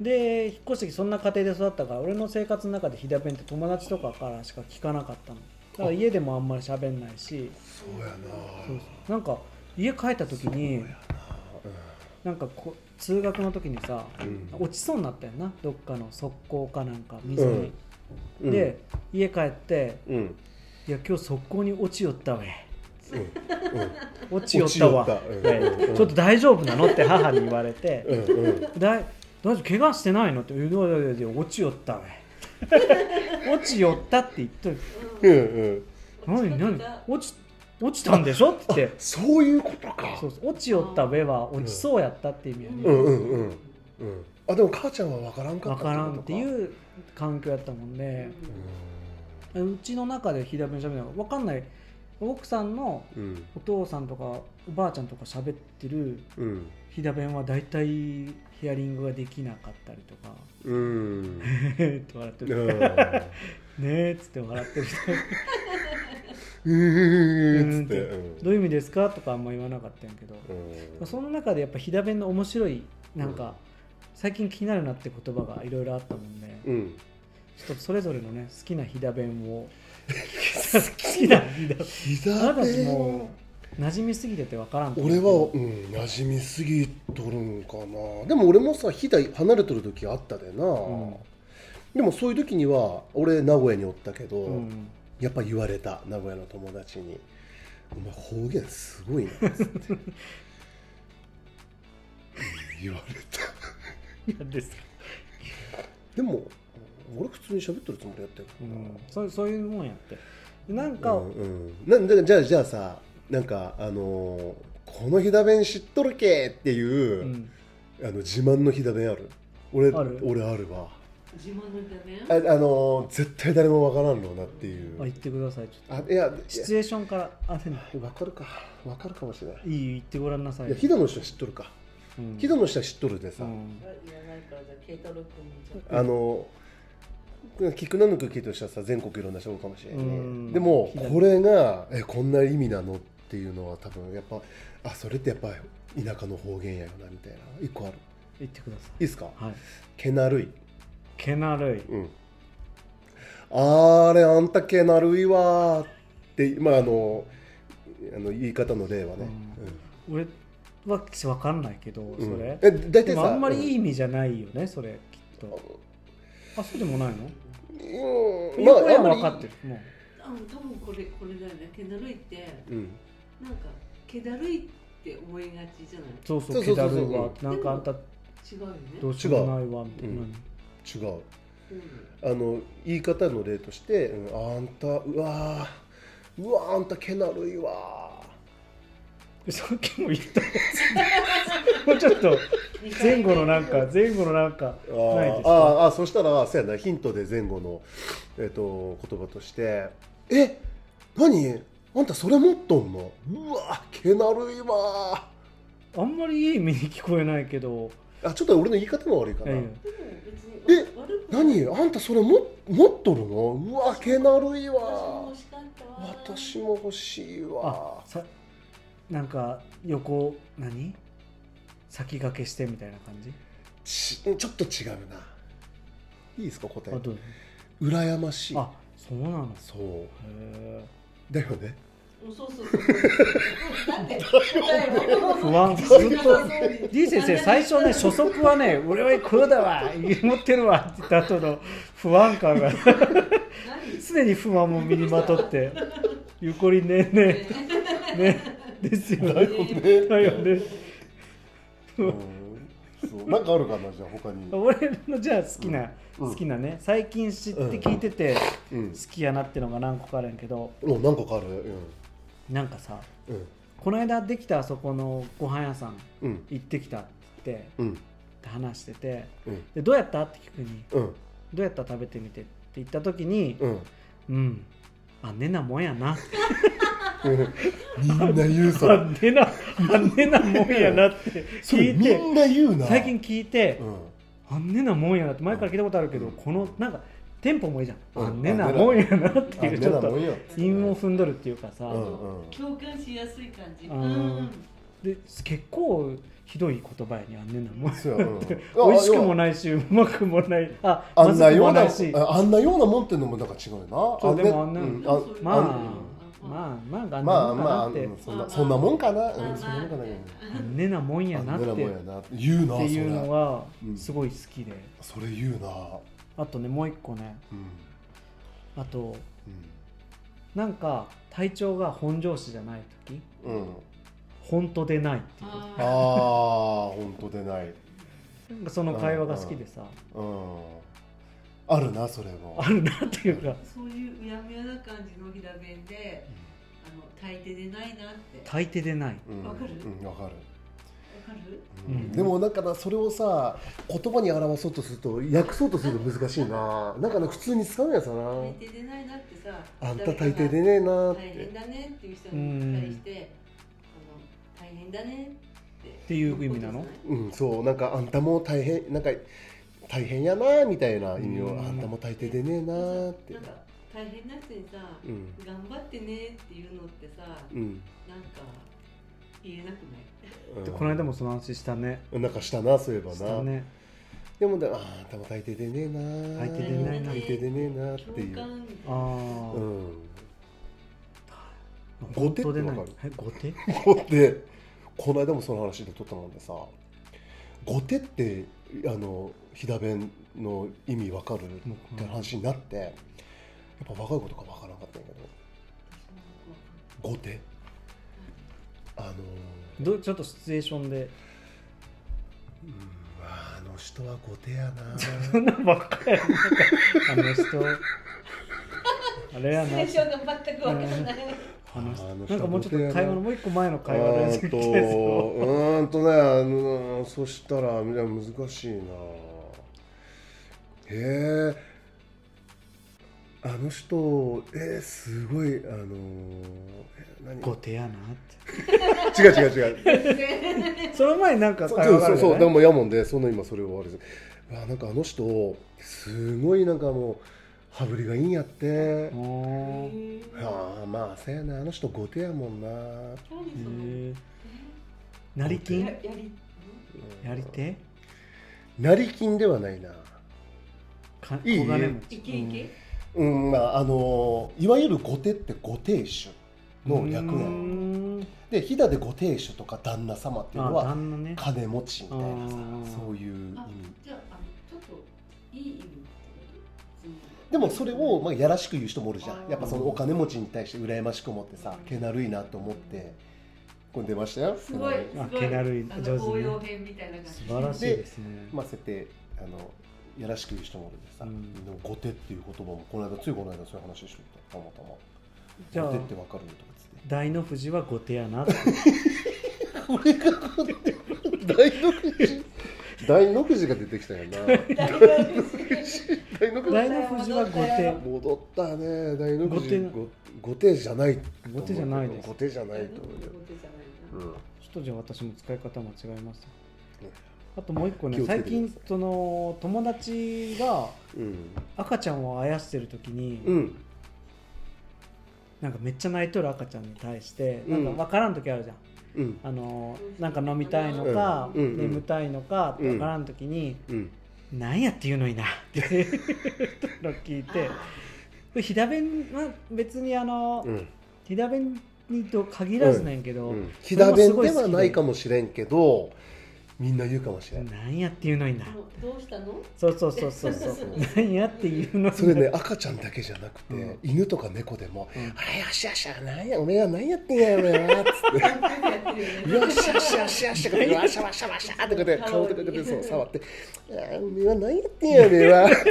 Speaker 1: で引っ越してきてそんな家庭で育ったから俺の生活の中で飛騨弁って友達とかからしか聞かなかったのだから家でもあんまり喋んないし
Speaker 2: そうやな
Speaker 1: そうそうなんか家帰った時になんかこう通学の時にさ
Speaker 2: うん
Speaker 1: 落ちそうになったよなどっかの側溝かなんか水に、
Speaker 2: うん
Speaker 1: で家帰って
Speaker 2: うんうん
Speaker 1: 「いや今日側溝に落ちよったわ
Speaker 2: うん
Speaker 1: 落ちよったわ」
Speaker 2: 落ちよったうん
Speaker 1: ねちょっと大丈夫なの?」って母に言われて
Speaker 2: うんうん
Speaker 1: だい大丈夫怪我してないのって言うのいやいやいや落ちよったわ落ちよったって言っといて
Speaker 2: うんうん
Speaker 1: 何何
Speaker 3: 落
Speaker 1: 落ち落ちたんでしょって言
Speaker 2: (laughs)
Speaker 1: って
Speaker 2: そういうことか
Speaker 1: そうそう落ちよった上は落ちそうやったって意味やね、
Speaker 2: うんうんうんうんあでも母ちゃんは分からんか
Speaker 1: 分
Speaker 2: った
Speaker 1: からんって
Speaker 2: う
Speaker 1: いう環境やったもんで、うちの中で平弁しゃべるの分かんない奥さんの
Speaker 2: うん
Speaker 1: お父さんとかおばあちゃんとか喋ってる
Speaker 2: うん
Speaker 1: 平弁は大体ヒアリングができなかったりとか (laughs)
Speaker 2: (laughs) うん
Speaker 1: 「へへって笑って
Speaker 2: う
Speaker 1: る
Speaker 2: ん
Speaker 1: 「ねえ」っつって笑ってる人
Speaker 2: うーんっつっ
Speaker 1: 「
Speaker 2: て
Speaker 1: どういう意味ですか?」とかあんま言わなかったんやけど、
Speaker 2: うん
Speaker 1: まあその中でやっぱ飛騨弁の面白いなんか、最近気になるなって言葉がいろいろあったもんで、
Speaker 2: うん
Speaker 1: ちょっとそれぞれのね好きな飛騨弁を (laughs) 好きな飛騨
Speaker 2: 膝
Speaker 1: あなたたちもう馴染みすぎてて分からんと思う
Speaker 2: 俺
Speaker 1: け
Speaker 2: は、
Speaker 1: ど
Speaker 2: うん、馴染みすぎとるんかなでも俺もさ飛騨離れとる時あったでな、
Speaker 1: ん
Speaker 2: でもそういう時には俺名古屋におったけど、
Speaker 1: うん
Speaker 2: やっぱ言われた名古屋の友達に「お前方言すごいな」っつ
Speaker 1: (laughs)
Speaker 2: ってうん言われた
Speaker 1: なんですか
Speaker 2: でも俺普通に喋ってるつもりやったよ、
Speaker 1: うんそうそういうもんやってでなんか、
Speaker 2: うんうん、なんだからじゃあじゃあさなんかあのーこの飛騨弁知っとるけ」っていう、
Speaker 1: うん
Speaker 2: あの自慢の飛騨弁ある俺
Speaker 1: ある
Speaker 2: 俺あるわ
Speaker 3: 自慢のため
Speaker 2: ああのー絶対誰もわからんろうなってい
Speaker 1: あ言っ
Speaker 2: う
Speaker 1: てくださいちょっ
Speaker 2: あいや
Speaker 1: とシチュエーションからあでも
Speaker 2: わかるかわかるかもしれない
Speaker 1: いいよ言ってごらんなさい
Speaker 2: いや飛騨の人は知っとるか
Speaker 1: うん
Speaker 2: 飛騨の人は知っとるで
Speaker 1: う
Speaker 2: さ、
Speaker 1: ん
Speaker 3: いらないからじゃあ慶太郎君にちょっと
Speaker 2: あの菊名の茎としてはさ全国いろんな人おるかもしれない、
Speaker 1: うん
Speaker 2: でもこれがえこんな意味なのっていうのは多分やっぱあそれってやっぱ田舎の方言やよなみたいな一個ある
Speaker 1: 言ってくださ
Speaker 2: いいですか
Speaker 1: いはい
Speaker 2: けなるい
Speaker 1: けなるい
Speaker 2: うん、あれあんたけなるいわーってまああのあの言い方の例はね、
Speaker 1: うん俺は分かんないけど
Speaker 2: う
Speaker 1: そ
Speaker 2: ん
Speaker 1: れ、
Speaker 2: え
Speaker 1: で
Speaker 2: 大体
Speaker 1: も
Speaker 2: さ
Speaker 1: あんまりいい
Speaker 2: い、
Speaker 1: 意味じゃないよね、それきっとあそうでもないの
Speaker 2: うん
Speaker 1: 横山
Speaker 2: あんまり
Speaker 1: 分かってるもう
Speaker 3: あ多分これこれだよねけだるいって
Speaker 2: うん
Speaker 3: なんかけだるいって思いがちじゃない
Speaker 1: そうそ
Speaker 2: そうう
Speaker 1: 気
Speaker 2: そう
Speaker 1: だ
Speaker 2: そう
Speaker 1: るい
Speaker 2: そう
Speaker 1: わなんかあんた
Speaker 3: 違うよね
Speaker 1: どうしようもないわみたいな
Speaker 2: うん違う
Speaker 3: うん
Speaker 2: あの言い方の例として、うん、あんたうわーうわーあんたけなるいわ
Speaker 1: さっきも言ったやつ (laughs) もうちょっと前後のなんか前後のなんか
Speaker 2: ー
Speaker 1: ないです
Speaker 2: あ
Speaker 1: か
Speaker 2: ーあーそしたらそうやなヒントで前後の、えっと言葉として「え何あんたそれ持っとんのうわけなるいわー」
Speaker 1: あんまりいい意味に聞こえないけど
Speaker 2: あちょっと俺の言い方が悪いか
Speaker 1: いや
Speaker 2: な、
Speaker 1: いや
Speaker 3: でも別に
Speaker 2: え
Speaker 3: 悪くない
Speaker 2: 何あんたそれも持っとるのうわけなるい
Speaker 3: 私も
Speaker 2: わ
Speaker 3: 欲しかったわ
Speaker 2: 私も欲しい
Speaker 1: あ
Speaker 2: わ
Speaker 1: さなんか横何先駆けしてみたいな感じ
Speaker 2: ちちょっと違うないいですか答
Speaker 1: あ
Speaker 2: え
Speaker 1: どう
Speaker 2: 羨ましい
Speaker 1: あそうなの
Speaker 2: (laughs) そう
Speaker 1: へ (laughs)
Speaker 2: だよね
Speaker 3: もうそうそうそうそう。だって
Speaker 1: 不安ずっと D 先生最初ね初速はね俺はこうだわ持ってるわって言った後の不安感が常に不安も身にまとってゆこりね (laughs) ねねですよね
Speaker 2: だよね
Speaker 1: だよね
Speaker 2: うんそうなんかあるかなじゃあ他に、
Speaker 1: 俺のじゃあ好きな、
Speaker 2: うん
Speaker 1: 好きなね最近知って聞いてて好
Speaker 2: うん、
Speaker 1: きやなってのが何個かあるんやけど
Speaker 2: お何個かあるうん
Speaker 1: なんかさ
Speaker 2: うん
Speaker 1: この間できたあそこのご飯屋さん
Speaker 2: うん
Speaker 1: 行ってきたって言って
Speaker 2: うん
Speaker 1: って話してて
Speaker 2: うん
Speaker 1: でどうやったって聞くに
Speaker 2: うん
Speaker 1: どうやった食べてみてって言った時に
Speaker 2: うん
Speaker 1: うん、あんねなもんやな。
Speaker 2: みんな言うそ
Speaker 1: あ
Speaker 2: れ
Speaker 1: んねな、あんねなもんやなって
Speaker 2: そ
Speaker 1: 聞
Speaker 2: れ
Speaker 1: い
Speaker 2: み
Speaker 1: て、
Speaker 2: んな言うな
Speaker 1: 最近聞いて
Speaker 2: う、ん
Speaker 1: あんねなもんやなって前から聞いたことあるけど、
Speaker 2: うん
Speaker 1: このなんかテンポもいいじゃん。
Speaker 2: うん
Speaker 1: あんねなもんやなって
Speaker 2: あ
Speaker 1: い
Speaker 2: ん
Speaker 1: うち
Speaker 2: な
Speaker 1: ょっ
Speaker 2: も
Speaker 1: と
Speaker 2: んよ
Speaker 1: 韻を踏んどるっていうかさ、
Speaker 2: うんうん
Speaker 3: 共感しやすい感じ。
Speaker 1: う
Speaker 3: うんん。
Speaker 1: で結構ひどい言葉やにあんねなもん。
Speaker 2: そうやうん
Speaker 1: 美味しくも
Speaker 2: あ
Speaker 1: ないし、うまくもない、あ、
Speaker 2: あ
Speaker 1: ま
Speaker 2: ん
Speaker 1: ず
Speaker 2: な
Speaker 1: く
Speaker 2: よ
Speaker 1: も
Speaker 2: うな
Speaker 1: ないし、
Speaker 2: ああんなようなもんってのもなんか違うよな
Speaker 1: そう
Speaker 2: ね
Speaker 1: でもあんな
Speaker 2: うん
Speaker 3: あ
Speaker 1: まあ
Speaker 2: あん
Speaker 1: まあまあ、がんね
Speaker 2: まあ
Speaker 1: なか
Speaker 2: まあ
Speaker 1: なっ
Speaker 2: う
Speaker 1: て
Speaker 2: ん、そんなそんなもんかなうんそんなもんかな
Speaker 1: あんねなもんやな
Speaker 2: あ
Speaker 1: っ
Speaker 2: んなもん
Speaker 1: て
Speaker 2: やな言うな
Speaker 1: っていうのは
Speaker 2: うん
Speaker 1: すごい好きで、
Speaker 2: それそれ言うな
Speaker 1: あとねもう一個ね
Speaker 2: うん
Speaker 1: あとなんか体調が本調子じゃない時
Speaker 2: うんうん
Speaker 1: 本当でないっていうこ
Speaker 2: ああ
Speaker 3: あ
Speaker 2: 本当でない
Speaker 1: となんかその会話が好きでさ
Speaker 2: うんあるなそれも
Speaker 1: あるなっていうか
Speaker 3: あ。そういううやむやな感じの平弁で、あの大抵でないなって。わ
Speaker 1: 大抵でない
Speaker 2: うん
Speaker 3: わかる
Speaker 2: うんわかる
Speaker 3: かる？
Speaker 2: う
Speaker 1: うん
Speaker 2: んでもなんかなそれをさ言葉に表そうとすると訳そうとすると難しいななんかな普通に使うやつだな
Speaker 3: 大抵でないなってさ。
Speaker 2: あんた大抵でねえなーっ
Speaker 3: 大
Speaker 2: て
Speaker 3: 変だねっていう人に対して、あの大変だねって。って
Speaker 1: いう意味なの
Speaker 2: うんそうなんかあんたも大変なんか大変やなーみたいな意味
Speaker 1: う
Speaker 2: を
Speaker 1: ん
Speaker 2: あんたも大抵でねえなーって
Speaker 3: なんか大変な人にさ、
Speaker 2: うん
Speaker 3: 頑張ってねっていうのってさ、
Speaker 2: うん
Speaker 3: なんか言えなくない。
Speaker 1: でこの間もその話したね
Speaker 2: うんなんかしたなそういえば
Speaker 1: した
Speaker 2: な、
Speaker 1: ね
Speaker 2: でもだあーあんたも大抵でねえなー
Speaker 1: 大抵でねえな
Speaker 2: 大抵でねえなーっていう
Speaker 3: 共感みた
Speaker 1: ああ、
Speaker 3: いな。
Speaker 2: うん
Speaker 1: 本当でない
Speaker 2: 後手ってわか
Speaker 1: え後手
Speaker 2: でこの間もその話で撮ったのでさ「後手」ってあの飛騨弁の意味わかるっ
Speaker 1: も
Speaker 2: て話になってやっぱ若い子とかわからなかったんやけど「後手」あの
Speaker 1: うどちょっとシチュエーションで
Speaker 2: うんあの人は後手やな
Speaker 1: そんなばっかりあの
Speaker 2: (laughs)
Speaker 1: 人あれや
Speaker 3: シチュエ
Speaker 1: な
Speaker 3: ーションが全くわからない。 (laughs)
Speaker 1: あの人
Speaker 2: あの人
Speaker 1: なんかもうちょっと会話のもう一個前の
Speaker 2: う
Speaker 1: 会話で
Speaker 2: ー
Speaker 1: 出て
Speaker 2: ん
Speaker 1: き
Speaker 2: と
Speaker 1: てそう
Speaker 2: うーんとねあのそしたらみんな難しいなへえあの人えー、すごいあのえ何
Speaker 1: 後手やなっ
Speaker 2: 違う違う違う
Speaker 1: てその前になんか
Speaker 2: (laughs) そう
Speaker 1: 会話があ
Speaker 2: そ
Speaker 1: る
Speaker 2: う
Speaker 1: じゃ
Speaker 2: そ
Speaker 1: な
Speaker 2: う
Speaker 1: い
Speaker 2: でもやもんでその今それをあれですうわなんかあの人すごいなんかもう羽振りがいいんやって
Speaker 1: おー
Speaker 2: ああまあせやなあの人後手やもんな、うん
Speaker 3: 何その
Speaker 1: へー成金
Speaker 3: ややり
Speaker 1: やり手
Speaker 2: 成金ではないな
Speaker 1: か
Speaker 2: いい
Speaker 1: 小金持ち
Speaker 3: いけいけ。
Speaker 2: うんまああのいわゆる後手ってご亭主の略
Speaker 1: うー
Speaker 2: や
Speaker 1: ん
Speaker 2: で飛騨でご亭主とか旦那様っていう
Speaker 1: あ
Speaker 2: のは
Speaker 1: 旦那ね
Speaker 2: 金持ちみたいなさ
Speaker 1: うん
Speaker 2: そういう意味
Speaker 3: あ、じゃああのちょっといい意味ってこ
Speaker 2: で
Speaker 3: と。
Speaker 2: もそれをまあやらしく言う人もおるじゃ
Speaker 3: あ
Speaker 2: ん
Speaker 3: ー
Speaker 2: やっぱそのお金持ちに対して羨ましく思ってさけなるいなと思ってこれ出ましたよ
Speaker 3: すごいす
Speaker 1: あ
Speaker 3: ごい。
Speaker 1: 毛だるい
Speaker 3: あ
Speaker 1: 上手
Speaker 3: の
Speaker 1: ね
Speaker 3: 応用編みたいな感じ。
Speaker 1: 素晴らしいですね
Speaker 2: まあ設定あのやらしく言う人もおるんでさ、
Speaker 1: うん
Speaker 2: でも後手っていう言葉もこの間ついこの間そういう話をしてたたまたま
Speaker 1: じゃあ
Speaker 2: 後手ってわかるよとかつって
Speaker 1: 大の富士は後手やなって
Speaker 2: 俺が大の富士大の富士が出てきたよな
Speaker 1: 大の富
Speaker 2: 大の富士
Speaker 1: 士は後手
Speaker 2: 戻ったね大の富士
Speaker 1: 後手
Speaker 2: ご後手じゃないと思う
Speaker 1: 後手じゃないです
Speaker 2: 後手じゃ
Speaker 3: な
Speaker 2: ないと思うよ、
Speaker 1: ちょっとじゃあ私も使い方間違えました
Speaker 2: うん
Speaker 1: あともう一個ね
Speaker 2: 気をつけて
Speaker 1: 最
Speaker 2: ください
Speaker 1: 近その友達が
Speaker 2: うん
Speaker 1: 赤ちゃんをあやしてる時に、
Speaker 2: うん
Speaker 1: なんかめっちゃ泣いとる赤ちゃんに対して、
Speaker 2: うん
Speaker 1: なんか分からん時あるじゃん
Speaker 2: うん
Speaker 1: あのなんか飲みたいのか、
Speaker 2: うんうんうん
Speaker 1: 眠たいのかって分からん時に
Speaker 2: うん
Speaker 1: 「なんやって言うのにな」って言うのを聞いて飛騨弁は別にあの
Speaker 2: うん
Speaker 1: 飛騨弁にと限らずなんやけど、
Speaker 2: うん飛騨弁
Speaker 1: これ
Speaker 2: で
Speaker 1: もすご好
Speaker 2: は
Speaker 1: き
Speaker 2: ないかもしれんけどみんな言うかもしれん
Speaker 1: なんやっていうのにな
Speaker 3: あのどうした (laughs) の
Speaker 1: そうそうそうそう
Speaker 2: (laughs)
Speaker 1: そうなん (laughs) やっていうのにな
Speaker 2: それね赤ちゃんだけじゃなくて、
Speaker 1: うん
Speaker 2: 犬とか猫でも「
Speaker 1: うん
Speaker 2: あれよしよしゃなんやおめえは何やってんや俺は」つって
Speaker 3: 何回もやってるよね
Speaker 2: よしよしよしよしとかでわしゃわしゃわしゃとかで顔とかでそう触って「ああおめえは何やってんやおめえは」つって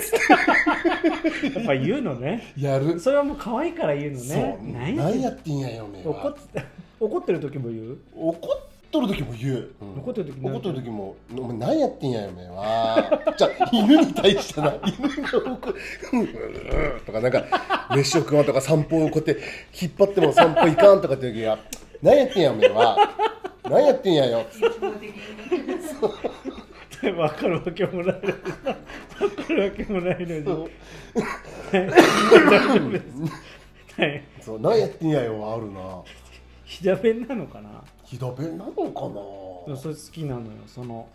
Speaker 1: やっぱ言うのね
Speaker 2: やる
Speaker 1: それはもう可愛いから言うのね
Speaker 2: そう
Speaker 1: なんやっ
Speaker 2: 何
Speaker 1: て
Speaker 2: やってんやよおめえ
Speaker 1: 怒っ
Speaker 2: は
Speaker 1: て怒ってる時も言う
Speaker 2: 怒っとる時も言う、
Speaker 1: 怒ってる時
Speaker 2: 怒ってる時も「お前何やってんやよおめえは」じゃあ犬に対してな犬が怒るうんとかなんか飯を食わんとか散歩をこうやって引っ張っても散歩いかんとかって時は「何やってんやおめえは」何やってんやよつって
Speaker 3: 基本的に
Speaker 1: 分かるわけもないのに分かるわけもないのに
Speaker 2: そう
Speaker 1: 大丈夫ですはい
Speaker 2: そう何やってんやよはあるな
Speaker 1: ひだ弁なのかな
Speaker 2: ひだ弁なのか
Speaker 1: で
Speaker 2: な
Speaker 1: もそれ好きなのよその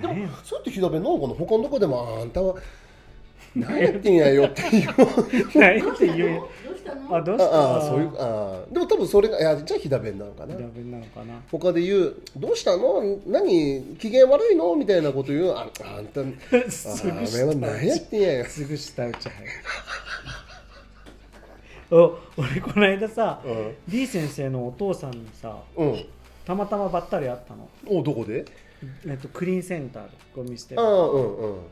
Speaker 2: でも
Speaker 1: ね
Speaker 2: そうやってひだ弁なのかな他のとこでも「あんた (laughs) は何やってんやよ」って (laughs) 言う
Speaker 1: 何
Speaker 3: どう
Speaker 1: っ
Speaker 3: してた
Speaker 1: 言う
Speaker 3: のどうしたの
Speaker 1: あどうした
Speaker 2: ああそういうああでも多分それがいやじゃあひだ弁なのかな
Speaker 1: ひだ弁なのかな
Speaker 2: 他で言う「どうしたの何機嫌悪いの?」みたいなこと言う「ああんたあ
Speaker 1: すぐ
Speaker 2: れ
Speaker 1: 下
Speaker 2: は何やってんやよ
Speaker 1: すぐ下打ち入るお俺この間さ、
Speaker 2: うん
Speaker 1: D 先生のお父さんにさ」
Speaker 2: うん
Speaker 1: たまたまばったり会ったの、
Speaker 2: おどこで
Speaker 1: えっと、クリーンセンターでゴミ捨て場
Speaker 2: ああうんうん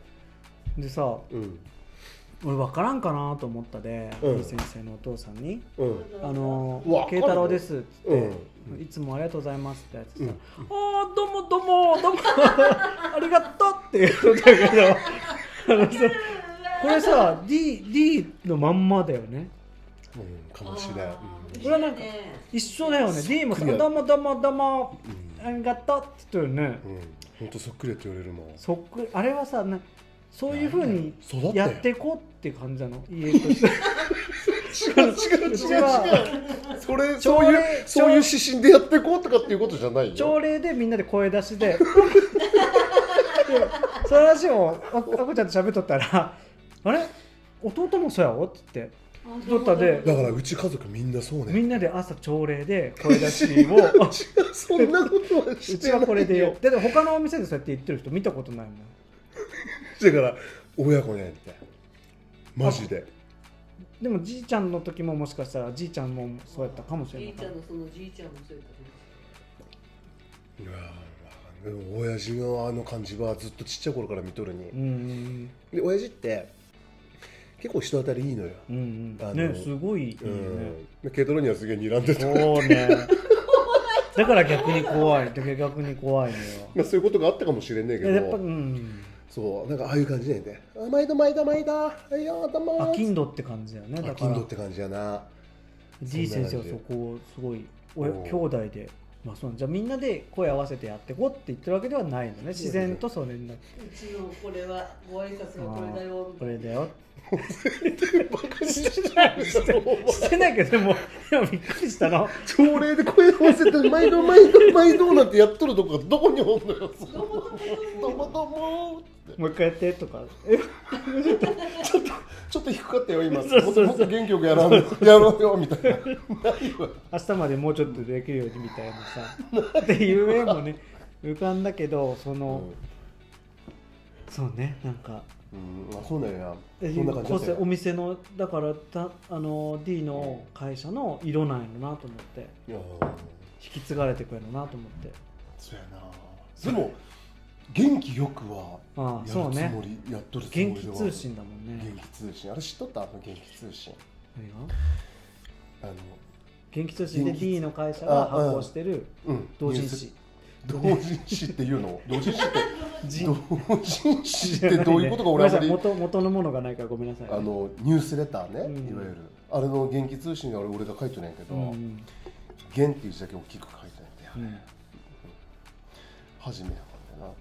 Speaker 1: でさ
Speaker 2: うん
Speaker 1: 俺分からんかなと思ったで、
Speaker 2: うん
Speaker 1: D 先生のお父さんに
Speaker 2: うん
Speaker 1: 「あの
Speaker 2: わか
Speaker 1: ー
Speaker 2: る
Speaker 1: 慶太郎です」っつって、
Speaker 2: う
Speaker 1: いつもありがとうございます」ってやつさ「
Speaker 2: うん
Speaker 1: ああどうもどうも
Speaker 2: (laughs)
Speaker 1: どうもありがとう」って言うんだけどあのさこれさ D, D のまんまだよね
Speaker 2: うんかもしれん
Speaker 3: あー
Speaker 1: これはなんか一緒だよね D もさ「どうもどうもどうもありがとう」って言ってるよね
Speaker 2: うんうんほんとそっくりやって言われるの
Speaker 1: そっくりあれはさなそういうふうに
Speaker 2: 育ったよ
Speaker 1: やっていこうって感じなの家として
Speaker 2: 違う違う違う
Speaker 1: うち
Speaker 2: 違う (laughs) それそう
Speaker 1: 朝
Speaker 2: い
Speaker 1: 礼
Speaker 2: うそういう指針でやっていこうとかっていうことじゃないよ
Speaker 1: 朝礼でみんなで声出しででその話をああこちゃんと喋っとったら「あれ弟もそうやろ?」って言ってどったで
Speaker 2: だからうち家族みんなそう
Speaker 1: み
Speaker 2: ね
Speaker 1: んなで朝朝礼で声出しを
Speaker 2: (laughs) そんなことは
Speaker 1: う
Speaker 2: して
Speaker 1: ち
Speaker 2: ない
Speaker 1: は
Speaker 2: よ
Speaker 1: これでよだって他のお店でそうやって言ってる人見たことないもん
Speaker 2: だから親子ねみたいなマジで
Speaker 1: でもじいちゃんの時ももしかしたらじいちゃんもそうやったかもしれ
Speaker 3: じ
Speaker 1: ないい
Speaker 3: ちゃんのそのじいちゃんもそうやったね
Speaker 2: いやーでも親父のあの感じはずっとちっちゃい頃から見とるに、
Speaker 1: うんうん
Speaker 2: で親父って結構人当たりいいのよ、
Speaker 1: うんうん
Speaker 2: あの
Speaker 1: ねすごいいいよ
Speaker 2: うん
Speaker 1: ね
Speaker 2: でケトロにはすげえ睨んでた、ま
Speaker 1: そうねだから逆に怖いだから逆に怖いの
Speaker 2: (laughs)
Speaker 1: よ
Speaker 2: あ、そういうことがあったかもしれないけ
Speaker 1: いややっぱう
Speaker 2: ど
Speaker 1: ん
Speaker 2: そうなんかああいう感じなんで「あ毎度毎度毎度はいよどうも」
Speaker 1: あ金土って感じだよね
Speaker 2: あ
Speaker 1: だか
Speaker 2: 金
Speaker 1: ら
Speaker 2: 土って感じやな
Speaker 1: G 先生は
Speaker 2: そん
Speaker 1: そ
Speaker 2: な感
Speaker 1: こ
Speaker 2: じ
Speaker 1: をすごい親
Speaker 2: おう
Speaker 1: 兄弟で、まあ、そうなんじゃあみんなで声合わせてやってこうって言ってるわけではないのね自然とそれになって
Speaker 3: うちのこれはご挨拶はこれだよみ
Speaker 1: こ
Speaker 3: たい
Speaker 1: れだよ
Speaker 2: バカにしてないじゃんお前
Speaker 1: して (laughs) ないけどでもでもびっくりしたの
Speaker 2: 朝礼で声合わせて (laughs) 毎度毎度毎度なんてやっとるとこがどこにおんのよそ
Speaker 3: などうもどうも
Speaker 2: どうもどうもって
Speaker 1: もう一回やってとかえ
Speaker 2: ちょっと低かったよ今
Speaker 1: そうそうそう
Speaker 2: もっと元気よくや (laughs) らんやろうよみたいなないわ
Speaker 1: 明日までもうちょっとできるようにみたいなさっていう絵もね浮かんだけどその、そうねなんか
Speaker 2: うん、あそうなんやそ
Speaker 1: え
Speaker 2: んな感じ
Speaker 1: こ
Speaker 2: だっ
Speaker 1: う
Speaker 2: た
Speaker 1: せ
Speaker 2: よ
Speaker 1: お店のだからたあの D の会社の色なんやろなと思って
Speaker 2: いや
Speaker 1: 引き継がれてくるのなと思って
Speaker 2: そうやなでも元気よくは
Speaker 1: あ
Speaker 2: や
Speaker 1: あそう
Speaker 2: るつも
Speaker 1: ね
Speaker 2: り、やっとるつも
Speaker 1: 元
Speaker 2: り
Speaker 1: 気
Speaker 2: では
Speaker 1: 通信だもんね
Speaker 2: 元気通信あれ知っとったあの元気通信
Speaker 1: 何が
Speaker 2: あの
Speaker 1: 元気通信で
Speaker 2: 元気
Speaker 1: D の会社が発行してる
Speaker 2: うん
Speaker 1: 同人
Speaker 2: ニ
Speaker 1: 誌
Speaker 2: ュース同人誌っていうの同人誌って
Speaker 1: じ
Speaker 2: 同人誌ってどういうことか
Speaker 1: ご
Speaker 2: 俺
Speaker 1: めんな
Speaker 2: あま
Speaker 1: さい
Speaker 2: り
Speaker 1: 元元のものがないからごめんなさい
Speaker 2: あのニュースレターね、
Speaker 1: うん
Speaker 2: いわゆるあれの元気通信に俺俺が書いてないけど
Speaker 1: う
Speaker 2: 「
Speaker 1: ん
Speaker 2: 元」っていう字だけ大きく書いてないんだ
Speaker 1: う
Speaker 2: よ、ね
Speaker 1: ん
Speaker 2: 初めてなんだよなこ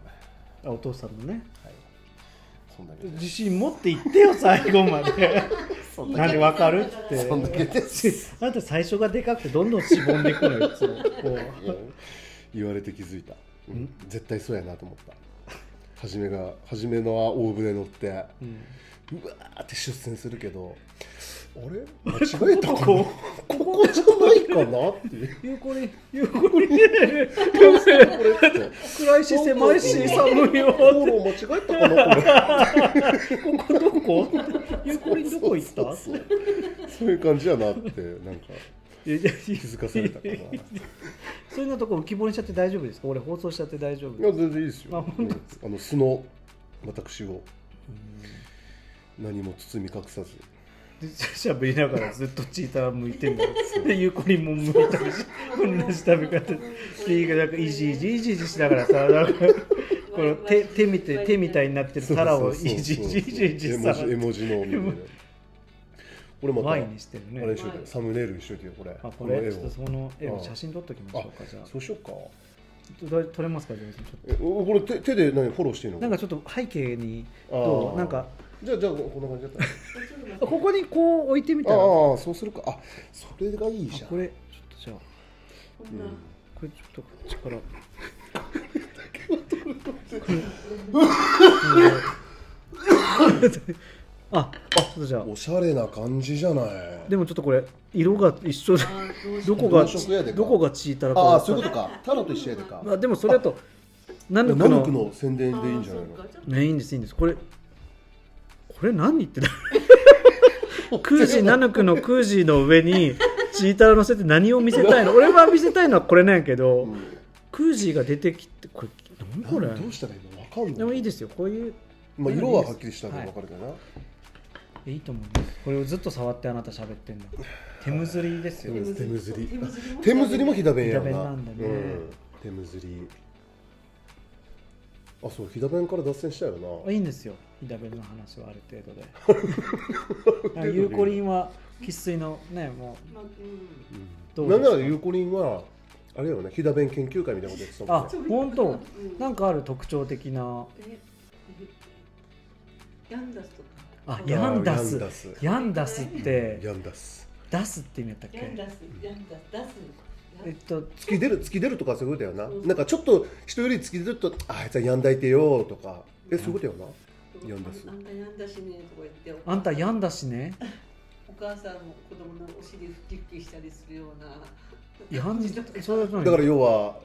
Speaker 2: れ
Speaker 1: あお父さんのね
Speaker 2: はいそんだけで
Speaker 1: 自信持って言ってよ最後まで
Speaker 3: んだけ
Speaker 1: なんでわかるって
Speaker 2: そんだけです
Speaker 1: し (laughs) あなた最初がでかくてどんどんしぼんでいくのよいつもこう
Speaker 2: うん言われて気づいた、うん絶対そうやなと思った初めが初めのは大船乗ってうわ
Speaker 1: うん (laughs)
Speaker 2: ーって出船するけどあれ間違えたかな
Speaker 1: こここ
Speaker 2: こじゃないかなっていう。
Speaker 1: 有効に有効に出てる暗い視線毎し寒いよ
Speaker 2: 道路を間違えたかなと思って
Speaker 1: ここどこ有効にどこ行った
Speaker 2: そうそうそういう感じやなってなんか
Speaker 1: いやいや
Speaker 2: 気づかされたかな。い
Speaker 1: そういうのとこ浮き彫りにしちゃって大丈夫ですか俺放送しちゃって大丈夫
Speaker 2: や全然いいですよ。
Speaker 1: あ本当
Speaker 2: うんあの素の私を何も包み隠さず。
Speaker 1: でしゃべりながらずっとチーター向いてんだよでゆうこりんも向いたりし同じ食べ方でいいからなんかいじいじいじいじしながらさなんかこの手手見て手みたいになってるタラをいじいじいじいじさ
Speaker 2: 絵文字絵文字のみたいな。これまた
Speaker 1: 前にしてる
Speaker 2: あれに
Speaker 1: ね
Speaker 2: しといてサムネイルにしといてよこれ。
Speaker 1: あこ
Speaker 2: の絵
Speaker 1: れ
Speaker 2: を
Speaker 1: ちょっとその絵を写真撮っときましょうかじゃあ
Speaker 2: そうしようか。
Speaker 1: ちょっと撮れますかジョージさんちょっ
Speaker 2: えおこれ手手で何フォローしていいの？
Speaker 1: となんかちょっと背景にどう
Speaker 2: あー
Speaker 1: なんか
Speaker 2: じゃあじゃあこんな感じだったら。
Speaker 1: ここにこう置いてみたらあ
Speaker 2: ああそうするか。あそれがいいじゃん。
Speaker 1: これちょっとじゃあ
Speaker 3: こんな
Speaker 1: これちょっとこっち
Speaker 2: (laughs)
Speaker 1: からあちょっとじゃあ
Speaker 2: おしゃれな感じじゃない。
Speaker 1: でもちょっとこれ色が一緒で
Speaker 3: あーどうしよ
Speaker 1: どこが
Speaker 2: 同色やでか
Speaker 1: どこがチータラか
Speaker 2: あ
Speaker 1: 分
Speaker 2: あ
Speaker 1: か
Speaker 2: そ
Speaker 1: ん
Speaker 2: うい
Speaker 1: な
Speaker 2: うことか。タロと一緒やでか。
Speaker 1: まあでもそれだとナ
Speaker 2: ナ
Speaker 1: ヌク
Speaker 2: ヌク
Speaker 1: の
Speaker 2: の宣伝
Speaker 3: う
Speaker 2: でいいんじゃないの
Speaker 3: あーそっ？かちょっと
Speaker 1: ねいいんですいいんですこれこれ何言ってるクージーナヌクのクージーの上にチータラ乗せて何を見せたいの俺は見せたいのはこれなんやけど、
Speaker 2: ん
Speaker 1: クージーが出てきてこれ何これ
Speaker 2: なんどうしたらいいの？わかんない。
Speaker 1: でもいいですよこういう
Speaker 2: まあ色ははっきりしたら
Speaker 1: はい
Speaker 2: わかるけどな。
Speaker 1: いいと思いますこれをずっと触ってあなた喋ってんだ手むずりですよ
Speaker 2: 手むずり
Speaker 3: 手むずりも
Speaker 2: 手むずりもひだ弁やろ
Speaker 1: ひだ
Speaker 2: な。
Speaker 1: 弁なんだね
Speaker 2: うん。手むずり。あそうひだ弁から脱線したよな。
Speaker 1: いいんですよひだべの話はある程
Speaker 2: (laughs)
Speaker 1: 度であゆうこりんは生粋のねもう
Speaker 3: まあうん
Speaker 1: どう
Speaker 2: な
Speaker 1: です
Speaker 2: んな
Speaker 1: から
Speaker 2: ゆうこりんはあれよねひだ弁研究会みたいなことやってたもん
Speaker 1: あ
Speaker 2: ね。
Speaker 1: 本当
Speaker 3: うん
Speaker 1: なんかある特徴的な
Speaker 3: ええヤンダスとか
Speaker 1: あ
Speaker 3: そう
Speaker 1: ヤンダ
Speaker 2: ヤ
Speaker 1: ス
Speaker 2: ンダス
Speaker 1: ヤンダスって
Speaker 2: ヤンダス。
Speaker 1: 出すって意味やったっ
Speaker 3: ヤン
Speaker 1: け
Speaker 3: ダスヤンダスダス
Speaker 1: えっと
Speaker 2: 突き出る突き出るとかそういうことやな、
Speaker 3: うん
Speaker 2: なんかちょっと人より突き出るとああいつはやんだいてよとかえそういうことやな、ヤンダス
Speaker 3: あんたヤンダしねとか言って
Speaker 1: あんたやんだしね
Speaker 3: お母さんも子供のお尻ふきふきしたりするような
Speaker 1: やん
Speaker 2: (laughs)
Speaker 3: だとか
Speaker 1: それだ
Speaker 2: だから要は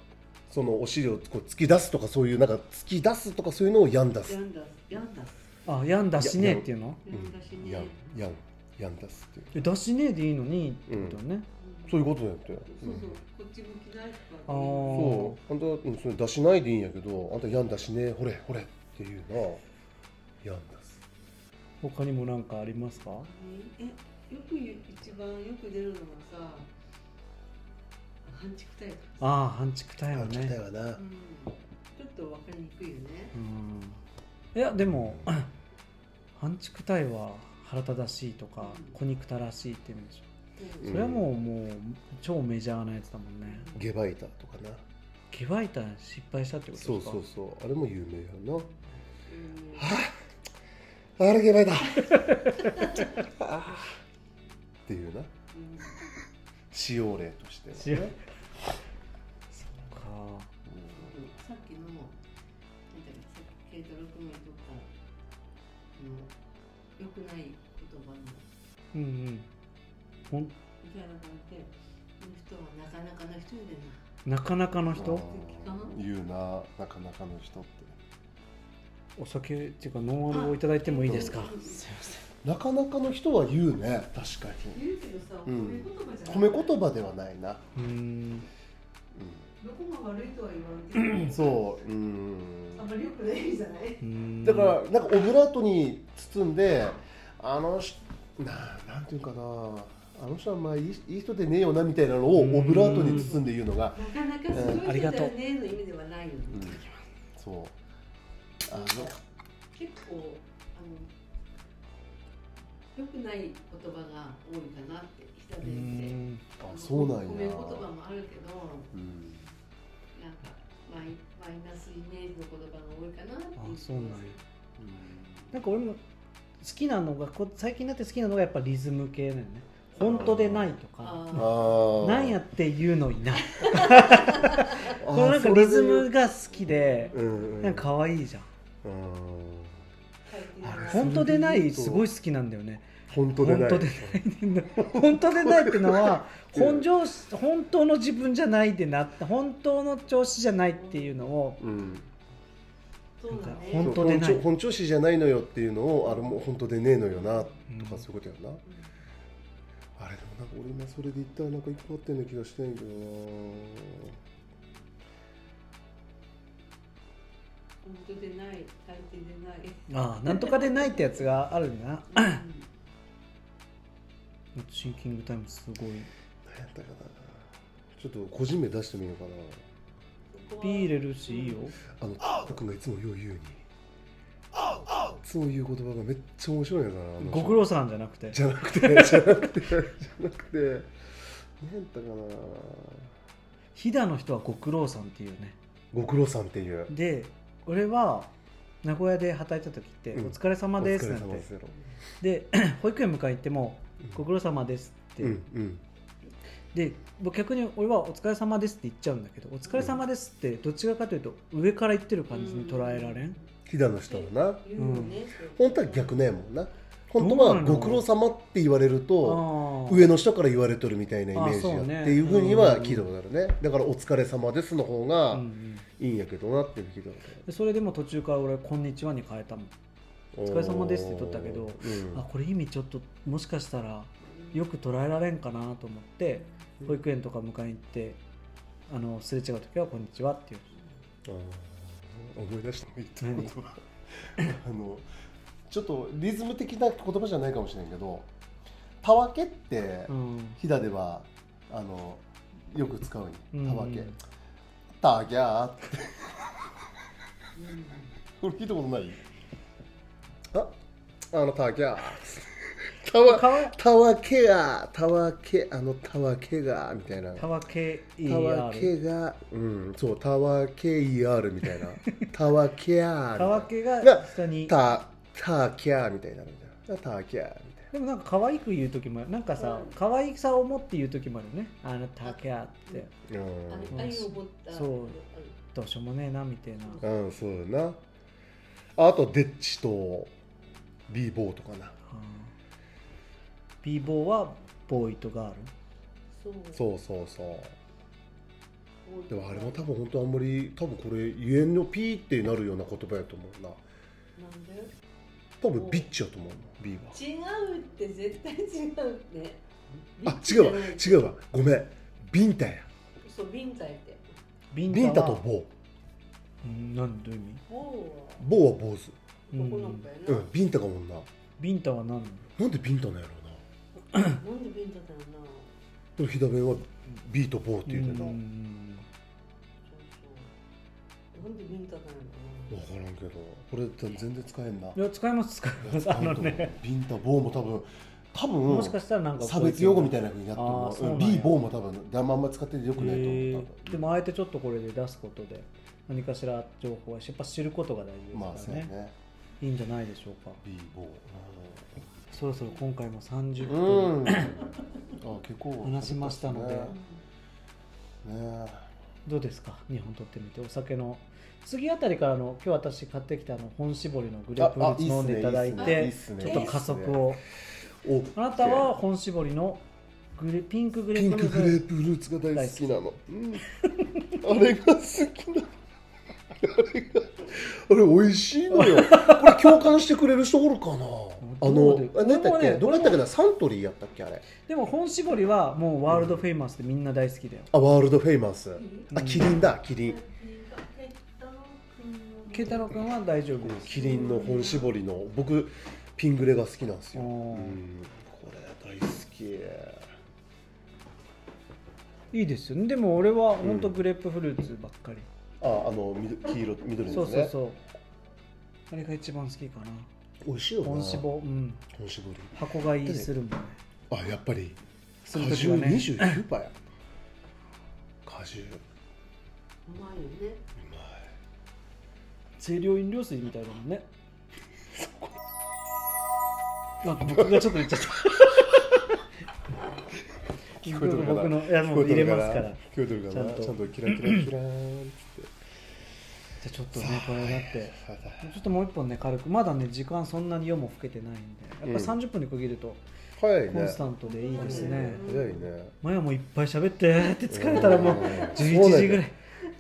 Speaker 2: そのお尻をこう突き出すとかそういうなんか突き出すとかそういうのをやんだす
Speaker 3: ヤンダスヤンダス
Speaker 1: あやんだしねっていうの
Speaker 3: ヤンダし
Speaker 2: や
Speaker 3: ね
Speaker 2: んやんやんだすっていう
Speaker 1: えだしねでいいのにってことね、
Speaker 3: うん
Speaker 2: そういうことだよって、
Speaker 3: そうそうこっち向きないとか
Speaker 1: あー
Speaker 3: ね
Speaker 2: そうあんたうんそれ出しないでいいんやけどあんたやんだしねほれほれっていうなやんだす
Speaker 1: 他にも何かありますか
Speaker 3: えよく言う一番よく出るのがさ半畜体とかさ
Speaker 1: ああ半畜体は
Speaker 2: あ来た
Speaker 1: ね
Speaker 2: よな
Speaker 3: うんちょっと分かりにくいよね
Speaker 1: うんいやでも (clears throat) 半畜体は腹立たしいとか
Speaker 3: うん
Speaker 1: 小肉たらしいって意味でしょ
Speaker 2: うん
Speaker 1: それはもうもう超メジャーなやつだもんね
Speaker 2: ゲバイタとかな
Speaker 1: ゲバイタ失敗したってことです
Speaker 2: そ
Speaker 1: か
Speaker 2: うそうそうあれも有名やな
Speaker 3: うん
Speaker 2: あれゲ (laughs) バイだっていうな
Speaker 3: うん
Speaker 2: 使用例としては
Speaker 1: 使用か
Speaker 3: さっきのなんだっけさっき軽トラ組とかの良くない言葉の
Speaker 1: うんうんほん
Speaker 3: みたいな感じでこの人はなかなかの人でな
Speaker 1: なかなかの人
Speaker 2: あー言うななかなかの人って
Speaker 1: お酒っていうかノンアルをいただいてもいいですか
Speaker 3: あうん
Speaker 1: すいません
Speaker 2: なかなかの人は言うね確かに
Speaker 3: 言うけどさ
Speaker 2: う
Speaker 3: 褒
Speaker 2: ん
Speaker 3: め言葉じゃない、
Speaker 2: 褒め言葉ではないな、
Speaker 1: うーん
Speaker 3: どこが悪いとは言わんけ
Speaker 2: うん、
Speaker 3: ど
Speaker 2: そううん (laughs)
Speaker 3: あんまり良くないじゃないう
Speaker 1: ーん
Speaker 2: だからなんかオブラートに包んであのしななんていうかなあの人はまあいいいい人でねえよなみたいなのをオブラートに包んで言うのが
Speaker 3: なかなかすごい
Speaker 1: うんあり
Speaker 3: 人
Speaker 1: が
Speaker 3: だ
Speaker 1: とう
Speaker 3: よねの意味ではないよね、
Speaker 2: うんそうあの
Speaker 3: 結構あの良くない言葉が多いかなって人
Speaker 1: うー
Speaker 3: でって
Speaker 1: ん
Speaker 2: あそうなんや
Speaker 3: 褒め言葉もあるけど
Speaker 2: うん
Speaker 3: なんかマイマイナスイメージの言葉が多いかなってい
Speaker 1: あそうなんや
Speaker 2: う
Speaker 1: なんか俺も好きなのがこ最近になって好きなのがやっぱリズム系だよね本当でないとか
Speaker 2: ん
Speaker 3: あ
Speaker 2: ああ
Speaker 1: なんやって言うのいない
Speaker 2: あー
Speaker 1: このなんか
Speaker 2: それ
Speaker 1: リ
Speaker 2: で
Speaker 1: ズムが好きで
Speaker 2: うんうん
Speaker 1: なんか可愛いじゃん
Speaker 2: うん
Speaker 3: ー書いてる
Speaker 2: あれ
Speaker 3: な
Speaker 2: ほん
Speaker 1: 本当でないすごい好きなんだよね
Speaker 2: 本当でな
Speaker 1: 本
Speaker 2: い
Speaker 1: 当でない本当でないってのは (laughs) 本上本当の自分じゃないでなって本当の調子じゃないっていうのを
Speaker 2: うん、
Speaker 3: そうだね。
Speaker 1: 本当でない
Speaker 2: そう本調本調子じゃないのよっていうのをあれもう本当でねえのよなと
Speaker 1: うん
Speaker 2: かそういうことやな、あれでもなんか俺今それで言ったらなんか一個あったような気がしてんけどな
Speaker 3: 本当でない、大抵でない。
Speaker 1: ああなんとかでないってやつがあるんだな
Speaker 3: うん
Speaker 1: シンキングタイムすごい
Speaker 2: 何やったかなちょっと個人名出してみようかな
Speaker 3: そこは
Speaker 1: ビー入れるしいいよ
Speaker 2: あの僕がいつもよう言うにいつも言う言葉がめっちゃ面白いんやからなあの人
Speaker 1: ご苦労さんじゃなくて
Speaker 2: じゃなくてじゃなくてじゃなくて何やったかな
Speaker 1: 飛騨の人はご苦労さんっていうね
Speaker 2: ご苦労さんっていう
Speaker 1: で俺は名古屋で働いた時って「
Speaker 2: うん
Speaker 1: お疲れ様です」なん
Speaker 2: お疲れ様
Speaker 1: て
Speaker 2: ですよ
Speaker 1: で (clears throat) 保育園迎え行っても「ご苦労様です」って
Speaker 2: うんうん
Speaker 1: で僕逆に俺は「お疲れ様です」って言っちゃうんだけど「お疲れ様です」ってどっちらかというと上から言ってる感じに捉えられん
Speaker 2: 飛騨の人はな
Speaker 3: 言うよね。
Speaker 2: 本当は逆なんやもんな本当はご苦労様って言われると
Speaker 1: あー
Speaker 2: 上の人から言われとるみたいなイメージや
Speaker 1: あそうね
Speaker 2: っていうふうには聞いたことあるねだから「お疲れ様です」の方
Speaker 1: う
Speaker 2: が
Speaker 1: んうん
Speaker 2: いいんやけどなっていう聞いたことある
Speaker 1: でそれでも途中から俺「こんにちは」に変えたもん
Speaker 2: お
Speaker 1: 疲れ様ですって取ったけどあこれ意味ちょっともしかしたらよく捉えられんかなと思って保育園とか迎えに行ってあのすれ違う時は「こんにちは」っていう
Speaker 2: あー思い出した言ったことは (laughs) あのちょっとリズム的な言葉じゃないかもしれんけど「たわけ」って
Speaker 1: うん
Speaker 2: 飛騨ではあのよく使う
Speaker 1: うん
Speaker 2: に「
Speaker 1: うん
Speaker 2: たわけ」「たぎゃー」って (laughs) 俺聞いたことないああの「たぎゃー」た
Speaker 1: か
Speaker 2: わ
Speaker 1: わいい
Speaker 2: たわけがたわけあのたわけがみたいな
Speaker 1: たわけ
Speaker 2: たわ
Speaker 1: ER
Speaker 2: けが、うん、そう、たわけ ER みた (laughs) いな。たわけや
Speaker 1: たわけが
Speaker 2: が
Speaker 1: 下に
Speaker 2: た、たきゃーみたいな。みたいなたきゃーみたい
Speaker 1: でもなんか可愛く言う時もなんかさ可愛さを持って言う時もあるよねあのたけあって
Speaker 2: な。
Speaker 3: あ
Speaker 2: う、
Speaker 3: れ愛を持った。
Speaker 1: そうどうしようもねえなみたいなん
Speaker 2: うん、そうだな。ああと、デッチと、b ボーとかな。
Speaker 1: b ボーはボーイとガール
Speaker 3: そう。
Speaker 2: そうそうそう。
Speaker 3: う
Speaker 2: でもあれも多分本当あんまり、多分これ、ゆえんのピーってなるような言葉やと思うな。
Speaker 3: なんだよ。
Speaker 2: 多分ビッチやと思うな、B は。
Speaker 3: 違うって絶対違うね。
Speaker 2: あ、違うわ、違
Speaker 3: う。
Speaker 2: うわ。ごめん。ビンタや。
Speaker 3: そう、ビンタって。
Speaker 1: ビ
Speaker 2: ビンタと
Speaker 1: ボ
Speaker 2: ボー。
Speaker 1: うん何どういう意味
Speaker 3: ほ
Speaker 2: ボーは坊主。
Speaker 3: う。男の子や
Speaker 2: う
Speaker 3: な。
Speaker 2: ん、ビンタかもんな。
Speaker 1: ビンタは何なの
Speaker 2: なんでビンタなんやろうな
Speaker 3: なんでビンタだよな。
Speaker 2: でも左弁はビートボーっていうねんな
Speaker 1: う
Speaker 2: 分
Speaker 1: ん
Speaker 3: そうそう。なんでビンタだよ
Speaker 2: か
Speaker 3: な。
Speaker 2: らんけどこれ全然使えんない
Speaker 1: や使います使います (laughs) あのね
Speaker 2: ビンタボーも多分多分
Speaker 1: もしかしたらなんか
Speaker 2: 差別用語みた
Speaker 1: い
Speaker 2: いな風になって
Speaker 1: あーそう
Speaker 2: る
Speaker 1: な
Speaker 2: の
Speaker 1: ん
Speaker 2: う
Speaker 1: や
Speaker 2: んビーボーも多分あんま使っててよくないと思う多
Speaker 1: で
Speaker 2: 分
Speaker 1: もあえてちょっとこれで出すことで何かしら情報はやっぱ知ることが大事
Speaker 2: まあ
Speaker 1: です
Speaker 2: そ
Speaker 1: か
Speaker 2: う
Speaker 1: ら
Speaker 2: や
Speaker 1: ね,、
Speaker 2: ね
Speaker 1: いいんじゃないでしょうか
Speaker 2: ビーボ
Speaker 1: そろそろ今回も30
Speaker 2: ーう
Speaker 1: 分
Speaker 2: んあ結構
Speaker 1: 話しましたので
Speaker 2: ねね
Speaker 1: どうですか日本取ってみてお酒の次あたりからの今日私買ってきたあの本絞りのグレープフルーツ飲んでいただい
Speaker 3: ああいい
Speaker 1: て
Speaker 3: っ
Speaker 2: すね
Speaker 1: ちょっと加速を
Speaker 2: お
Speaker 1: あなたは本絞りのグレピンクグレ
Speaker 2: ピ
Speaker 1: ー
Speaker 2: ン
Speaker 1: プフ
Speaker 2: ク
Speaker 1: ル
Speaker 2: グレ
Speaker 1: ーツ
Speaker 2: ープフルーツが大好きなの。うんあれが好きなの。あれが、あれ美味しいのよ。これ共感してくれる人おるかな。あ
Speaker 1: どう
Speaker 2: の
Speaker 1: で、
Speaker 2: あ何だ
Speaker 1: 俺
Speaker 2: っ
Speaker 1: も
Speaker 2: け、
Speaker 1: ね
Speaker 2: どこだったっけな、サントリーやったっけ、あれ。
Speaker 1: でも本絞りはもうワールドフェイマスでみんな大好きだよ
Speaker 2: あ、ワールドフェイマス。
Speaker 1: う
Speaker 2: あ、
Speaker 1: ん
Speaker 2: キリンだ、キリン。
Speaker 1: 慶太郎君は大丈夫
Speaker 2: うん
Speaker 1: です
Speaker 2: キリンの本絞りの、僕、ピングレが好きなんですよ。
Speaker 1: あ
Speaker 2: う
Speaker 1: ー
Speaker 2: んこれ大好き。
Speaker 1: いいですよねでも俺は本当グレープフルーツばっかり、
Speaker 2: あ、あの、みど黄色、緑
Speaker 1: そ
Speaker 2: の
Speaker 1: う
Speaker 2: やつ
Speaker 1: そう
Speaker 2: ね。
Speaker 1: そうあれが一番好きかな
Speaker 2: 美味しいよな。
Speaker 1: 本
Speaker 2: 本
Speaker 1: 絞うん
Speaker 2: 絞り。
Speaker 1: 箱買いするもんね
Speaker 2: あやっぱり
Speaker 1: す
Speaker 2: 果
Speaker 1: る時
Speaker 2: 汁
Speaker 1: はね
Speaker 2: 29パーや果汁う
Speaker 3: うまいよね。
Speaker 2: まい
Speaker 1: 清涼飲料水みたいだもんねあ僕がちょっと言っち (laughs) ゃった
Speaker 2: 聞こえとるかな
Speaker 1: 僕のいやもう入れますから
Speaker 2: 聞こえとるかな
Speaker 1: ちゃんと
Speaker 2: ちゃんとキラキラキラーンっつって
Speaker 1: じじゃあちょっとねこれだってちょっともう一本ね軽くまだね時間そんなに夜も更けてないんでやっぱ30分に区切ると
Speaker 2: 早い
Speaker 1: コン
Speaker 2: ね
Speaker 1: スタントでいいですね、
Speaker 2: 早いね
Speaker 1: マヤもいっぱい喋ってって疲れたらもう
Speaker 2: うん
Speaker 1: 11時ぐらい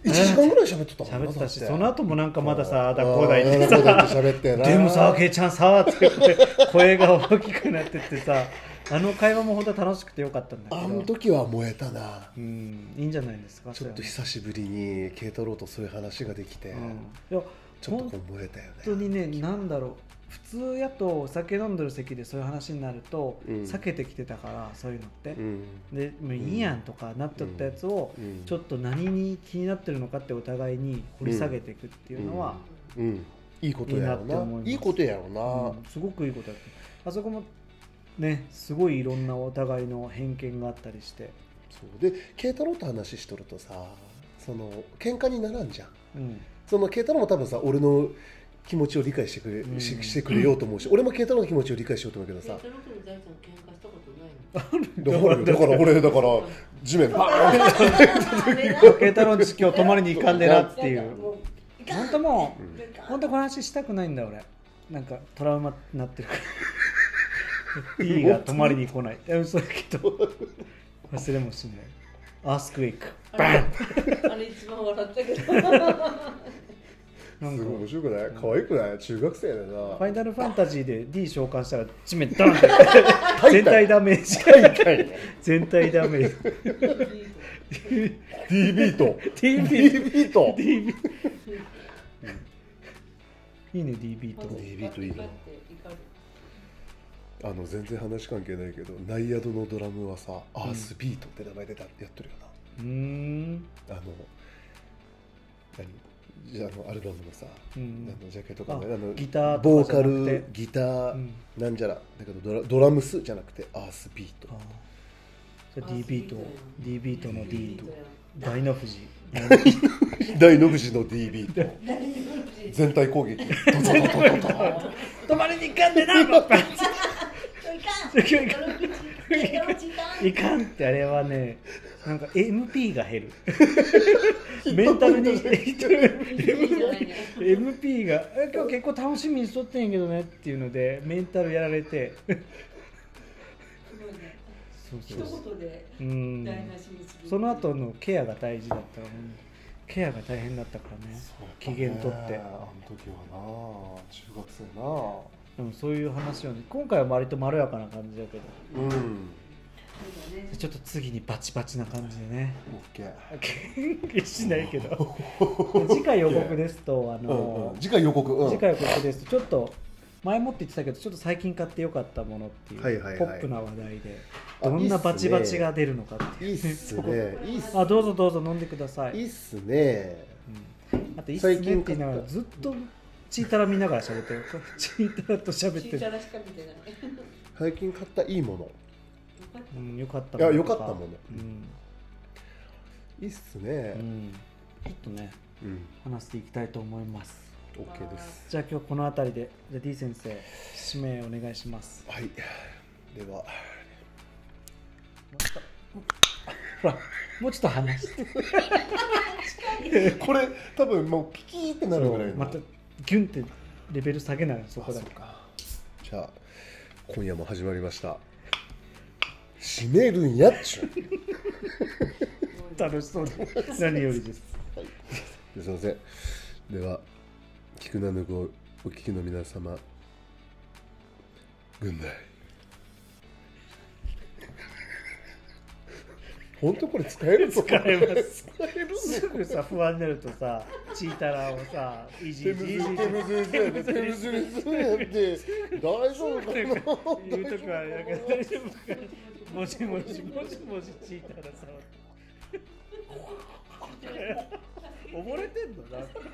Speaker 2: 1時間ぐらい喋ってた
Speaker 1: 喋
Speaker 2: もんな
Speaker 1: ってたし
Speaker 2: だ
Speaker 1: その後もなんかまださあだこ
Speaker 2: う
Speaker 1: うだ言って
Speaker 2: ん
Speaker 1: さ
Speaker 2: だこうだ言って喋ってな
Speaker 1: でもさ、けいちゃんさって言って声が大きくなってってさあの会話も本当は楽しくてよかったんだけど
Speaker 2: あの時は燃えたな
Speaker 1: うんいいんじゃないですか
Speaker 2: ちょっと
Speaker 1: そ
Speaker 2: 久しぶりに慶太郎とそういう話ができて、
Speaker 1: れはねうんいや
Speaker 2: ちょっとこう燃えたよね
Speaker 1: 本当にねなんだろう普通やとお酒飲んでる席でそういう話になると、
Speaker 2: うん
Speaker 1: 避けてきてたからそういうのって、
Speaker 2: うん
Speaker 1: でもういいやんとかなっちゃったやつを、
Speaker 2: うん
Speaker 1: ちょっと何に気になってるのかってお互いに掘り下げていくっていうのは、
Speaker 2: うんいいことやろう
Speaker 1: いいなって
Speaker 2: な
Speaker 1: 思います
Speaker 2: いいことやろう
Speaker 1: うんすごくいいことやってるあそこもねすごいいろんなお互いの偏見があったりして、
Speaker 2: な、そうで慶太郎と話しとるとさその喧嘩にならんじゃん
Speaker 1: うん、
Speaker 2: その慶太郎も多分さ俺の気持ちを理解してくれ,し、
Speaker 1: うん
Speaker 2: してくれようと思うし俺も慶太郎の気持ちを理解しようと思うけど
Speaker 3: ケイ
Speaker 2: さ
Speaker 3: トロクの財産喧嘩したことないの
Speaker 2: だからだから俺だから地面バーンって
Speaker 1: 慶太郎んち今日泊まりに行かんで (laughs) なってい
Speaker 3: なんかも
Speaker 1: う
Speaker 3: う
Speaker 1: 本当もう
Speaker 3: なんか
Speaker 1: 本当この話したくないんだ俺なんかトラウマになってるからいいが泊まりに来ないえ嘘だけど忘れもしないアースクエイクバン
Speaker 3: あれ一番笑ったけどあ
Speaker 1: なん
Speaker 2: す
Speaker 1: か
Speaker 2: ごい面白くない可愛くない中学生だ
Speaker 1: ファイ
Speaker 2: よ
Speaker 1: ナルファンタジーで D 召喚したら地面ダン (laughs) って
Speaker 2: な
Speaker 1: 全体ダメージ
Speaker 2: 痛いね
Speaker 1: 全体ダ (laughs) メージ
Speaker 2: D ビート
Speaker 1: D ビ
Speaker 2: D
Speaker 1: ー
Speaker 2: ビート
Speaker 1: DB いいね DB と
Speaker 2: デイビートいいな
Speaker 3: 怒って怒る
Speaker 2: あの全然話関係ないけどナイアドのドラムはさアースビートって名前でたやってるよ
Speaker 1: うーん
Speaker 2: なあの何じゃああのアルバムのさ、
Speaker 1: うん
Speaker 2: あのジャケットか
Speaker 1: あ
Speaker 2: ねあの
Speaker 1: ギター
Speaker 2: ボ
Speaker 1: と
Speaker 2: ー
Speaker 1: かじゃ
Speaker 2: カ
Speaker 1: なくて
Speaker 2: ルギター、
Speaker 1: うん
Speaker 2: なんじゃらだけどドラドラムスじゃなくてアースビート
Speaker 1: あそれ DB と DB との D
Speaker 3: いい
Speaker 1: と
Speaker 3: とや
Speaker 1: 大の富士
Speaker 2: (laughs)
Speaker 1: (laughs)
Speaker 2: 大野口の D ビート
Speaker 3: 何言うし
Speaker 2: 全体攻撃ドドドドドド
Speaker 1: 止まりに行かんでなもうパン
Speaker 6: い
Speaker 1: チ
Speaker 6: かんケロチかん
Speaker 1: (laughs) いかんってあれはねなんか MP が減るメンタルに MP がえ「今日結構楽しみにしとってんやけどね」っていうのでメンタルやられてそう
Speaker 3: 一
Speaker 1: そう
Speaker 3: 言で
Speaker 1: うん
Speaker 3: 台無しにする
Speaker 1: その後のケアが大事だったから、ね、ケアが大変だったからね機嫌取って
Speaker 2: あの時はな中学生な
Speaker 1: でもそういう話をね今回は割とまろやかな感じだけど
Speaker 2: うん
Speaker 3: そうだね
Speaker 1: ちょっと次にバチバチな感じでね
Speaker 2: オッケー
Speaker 1: しないけ
Speaker 2: (laughs)
Speaker 1: ど次回予告ですとあ
Speaker 2: うん
Speaker 1: の、
Speaker 2: うん次回予告、うん、
Speaker 1: 次回予告ですとちょっと前もって言ってたけどちょっと最近買ってよかったものっていう、
Speaker 2: はいはいはい
Speaker 1: ポップな話題で
Speaker 2: あ
Speaker 1: どん
Speaker 2: いいっす
Speaker 1: な
Speaker 2: ね
Speaker 1: バチバチが出るのかって
Speaker 2: い
Speaker 1: いう
Speaker 2: いっすねいいっす
Speaker 1: あどうぞどうぞ飲んでください
Speaker 2: いいっす
Speaker 1: (laughs)
Speaker 2: ね
Speaker 1: あといいっすねって言いながら
Speaker 2: 最
Speaker 1: ずっとチータラ見ながら喋ってるチータラと喋っ
Speaker 3: チ
Speaker 1: て
Speaker 3: ータ
Speaker 1: る、
Speaker 3: ラしか見てないよ
Speaker 2: 最近買ったいいもの
Speaker 3: かっ
Speaker 1: うん、よかった
Speaker 2: いやよかったもの
Speaker 1: うん、
Speaker 2: いいっすね
Speaker 1: うん、ちょっとね
Speaker 2: うん
Speaker 1: 話していきたいと思います
Speaker 2: オッケーです
Speaker 1: じゃあ今日この辺りでじゃあ D 先生指名お願いします
Speaker 2: はいでは
Speaker 1: ほらもうちょっと話して
Speaker 2: これ多分もうピキーってなるぐらいの
Speaker 1: またギュンってレベル下げないそこ
Speaker 2: あ
Speaker 1: だ
Speaker 2: そ
Speaker 1: け
Speaker 2: うかじゃあ今夜も始まりました閉めるんやっちゅう
Speaker 1: 楽しそうで何よりです
Speaker 2: すいませんでは菊名のごお聞きの皆様軍内本当これ使えるぞ
Speaker 1: 使えますすぐさ不安になるとさチータラをさいじ
Speaker 2: 手
Speaker 1: い
Speaker 2: む
Speaker 1: じい
Speaker 2: ず
Speaker 1: じい
Speaker 2: り
Speaker 1: じ
Speaker 2: 手むずり手むずり手むずりするやって大丈夫かな
Speaker 1: 言うときはなんか大丈夫かなもしもしもしもし (laughs) チータラさ溺れてんのだって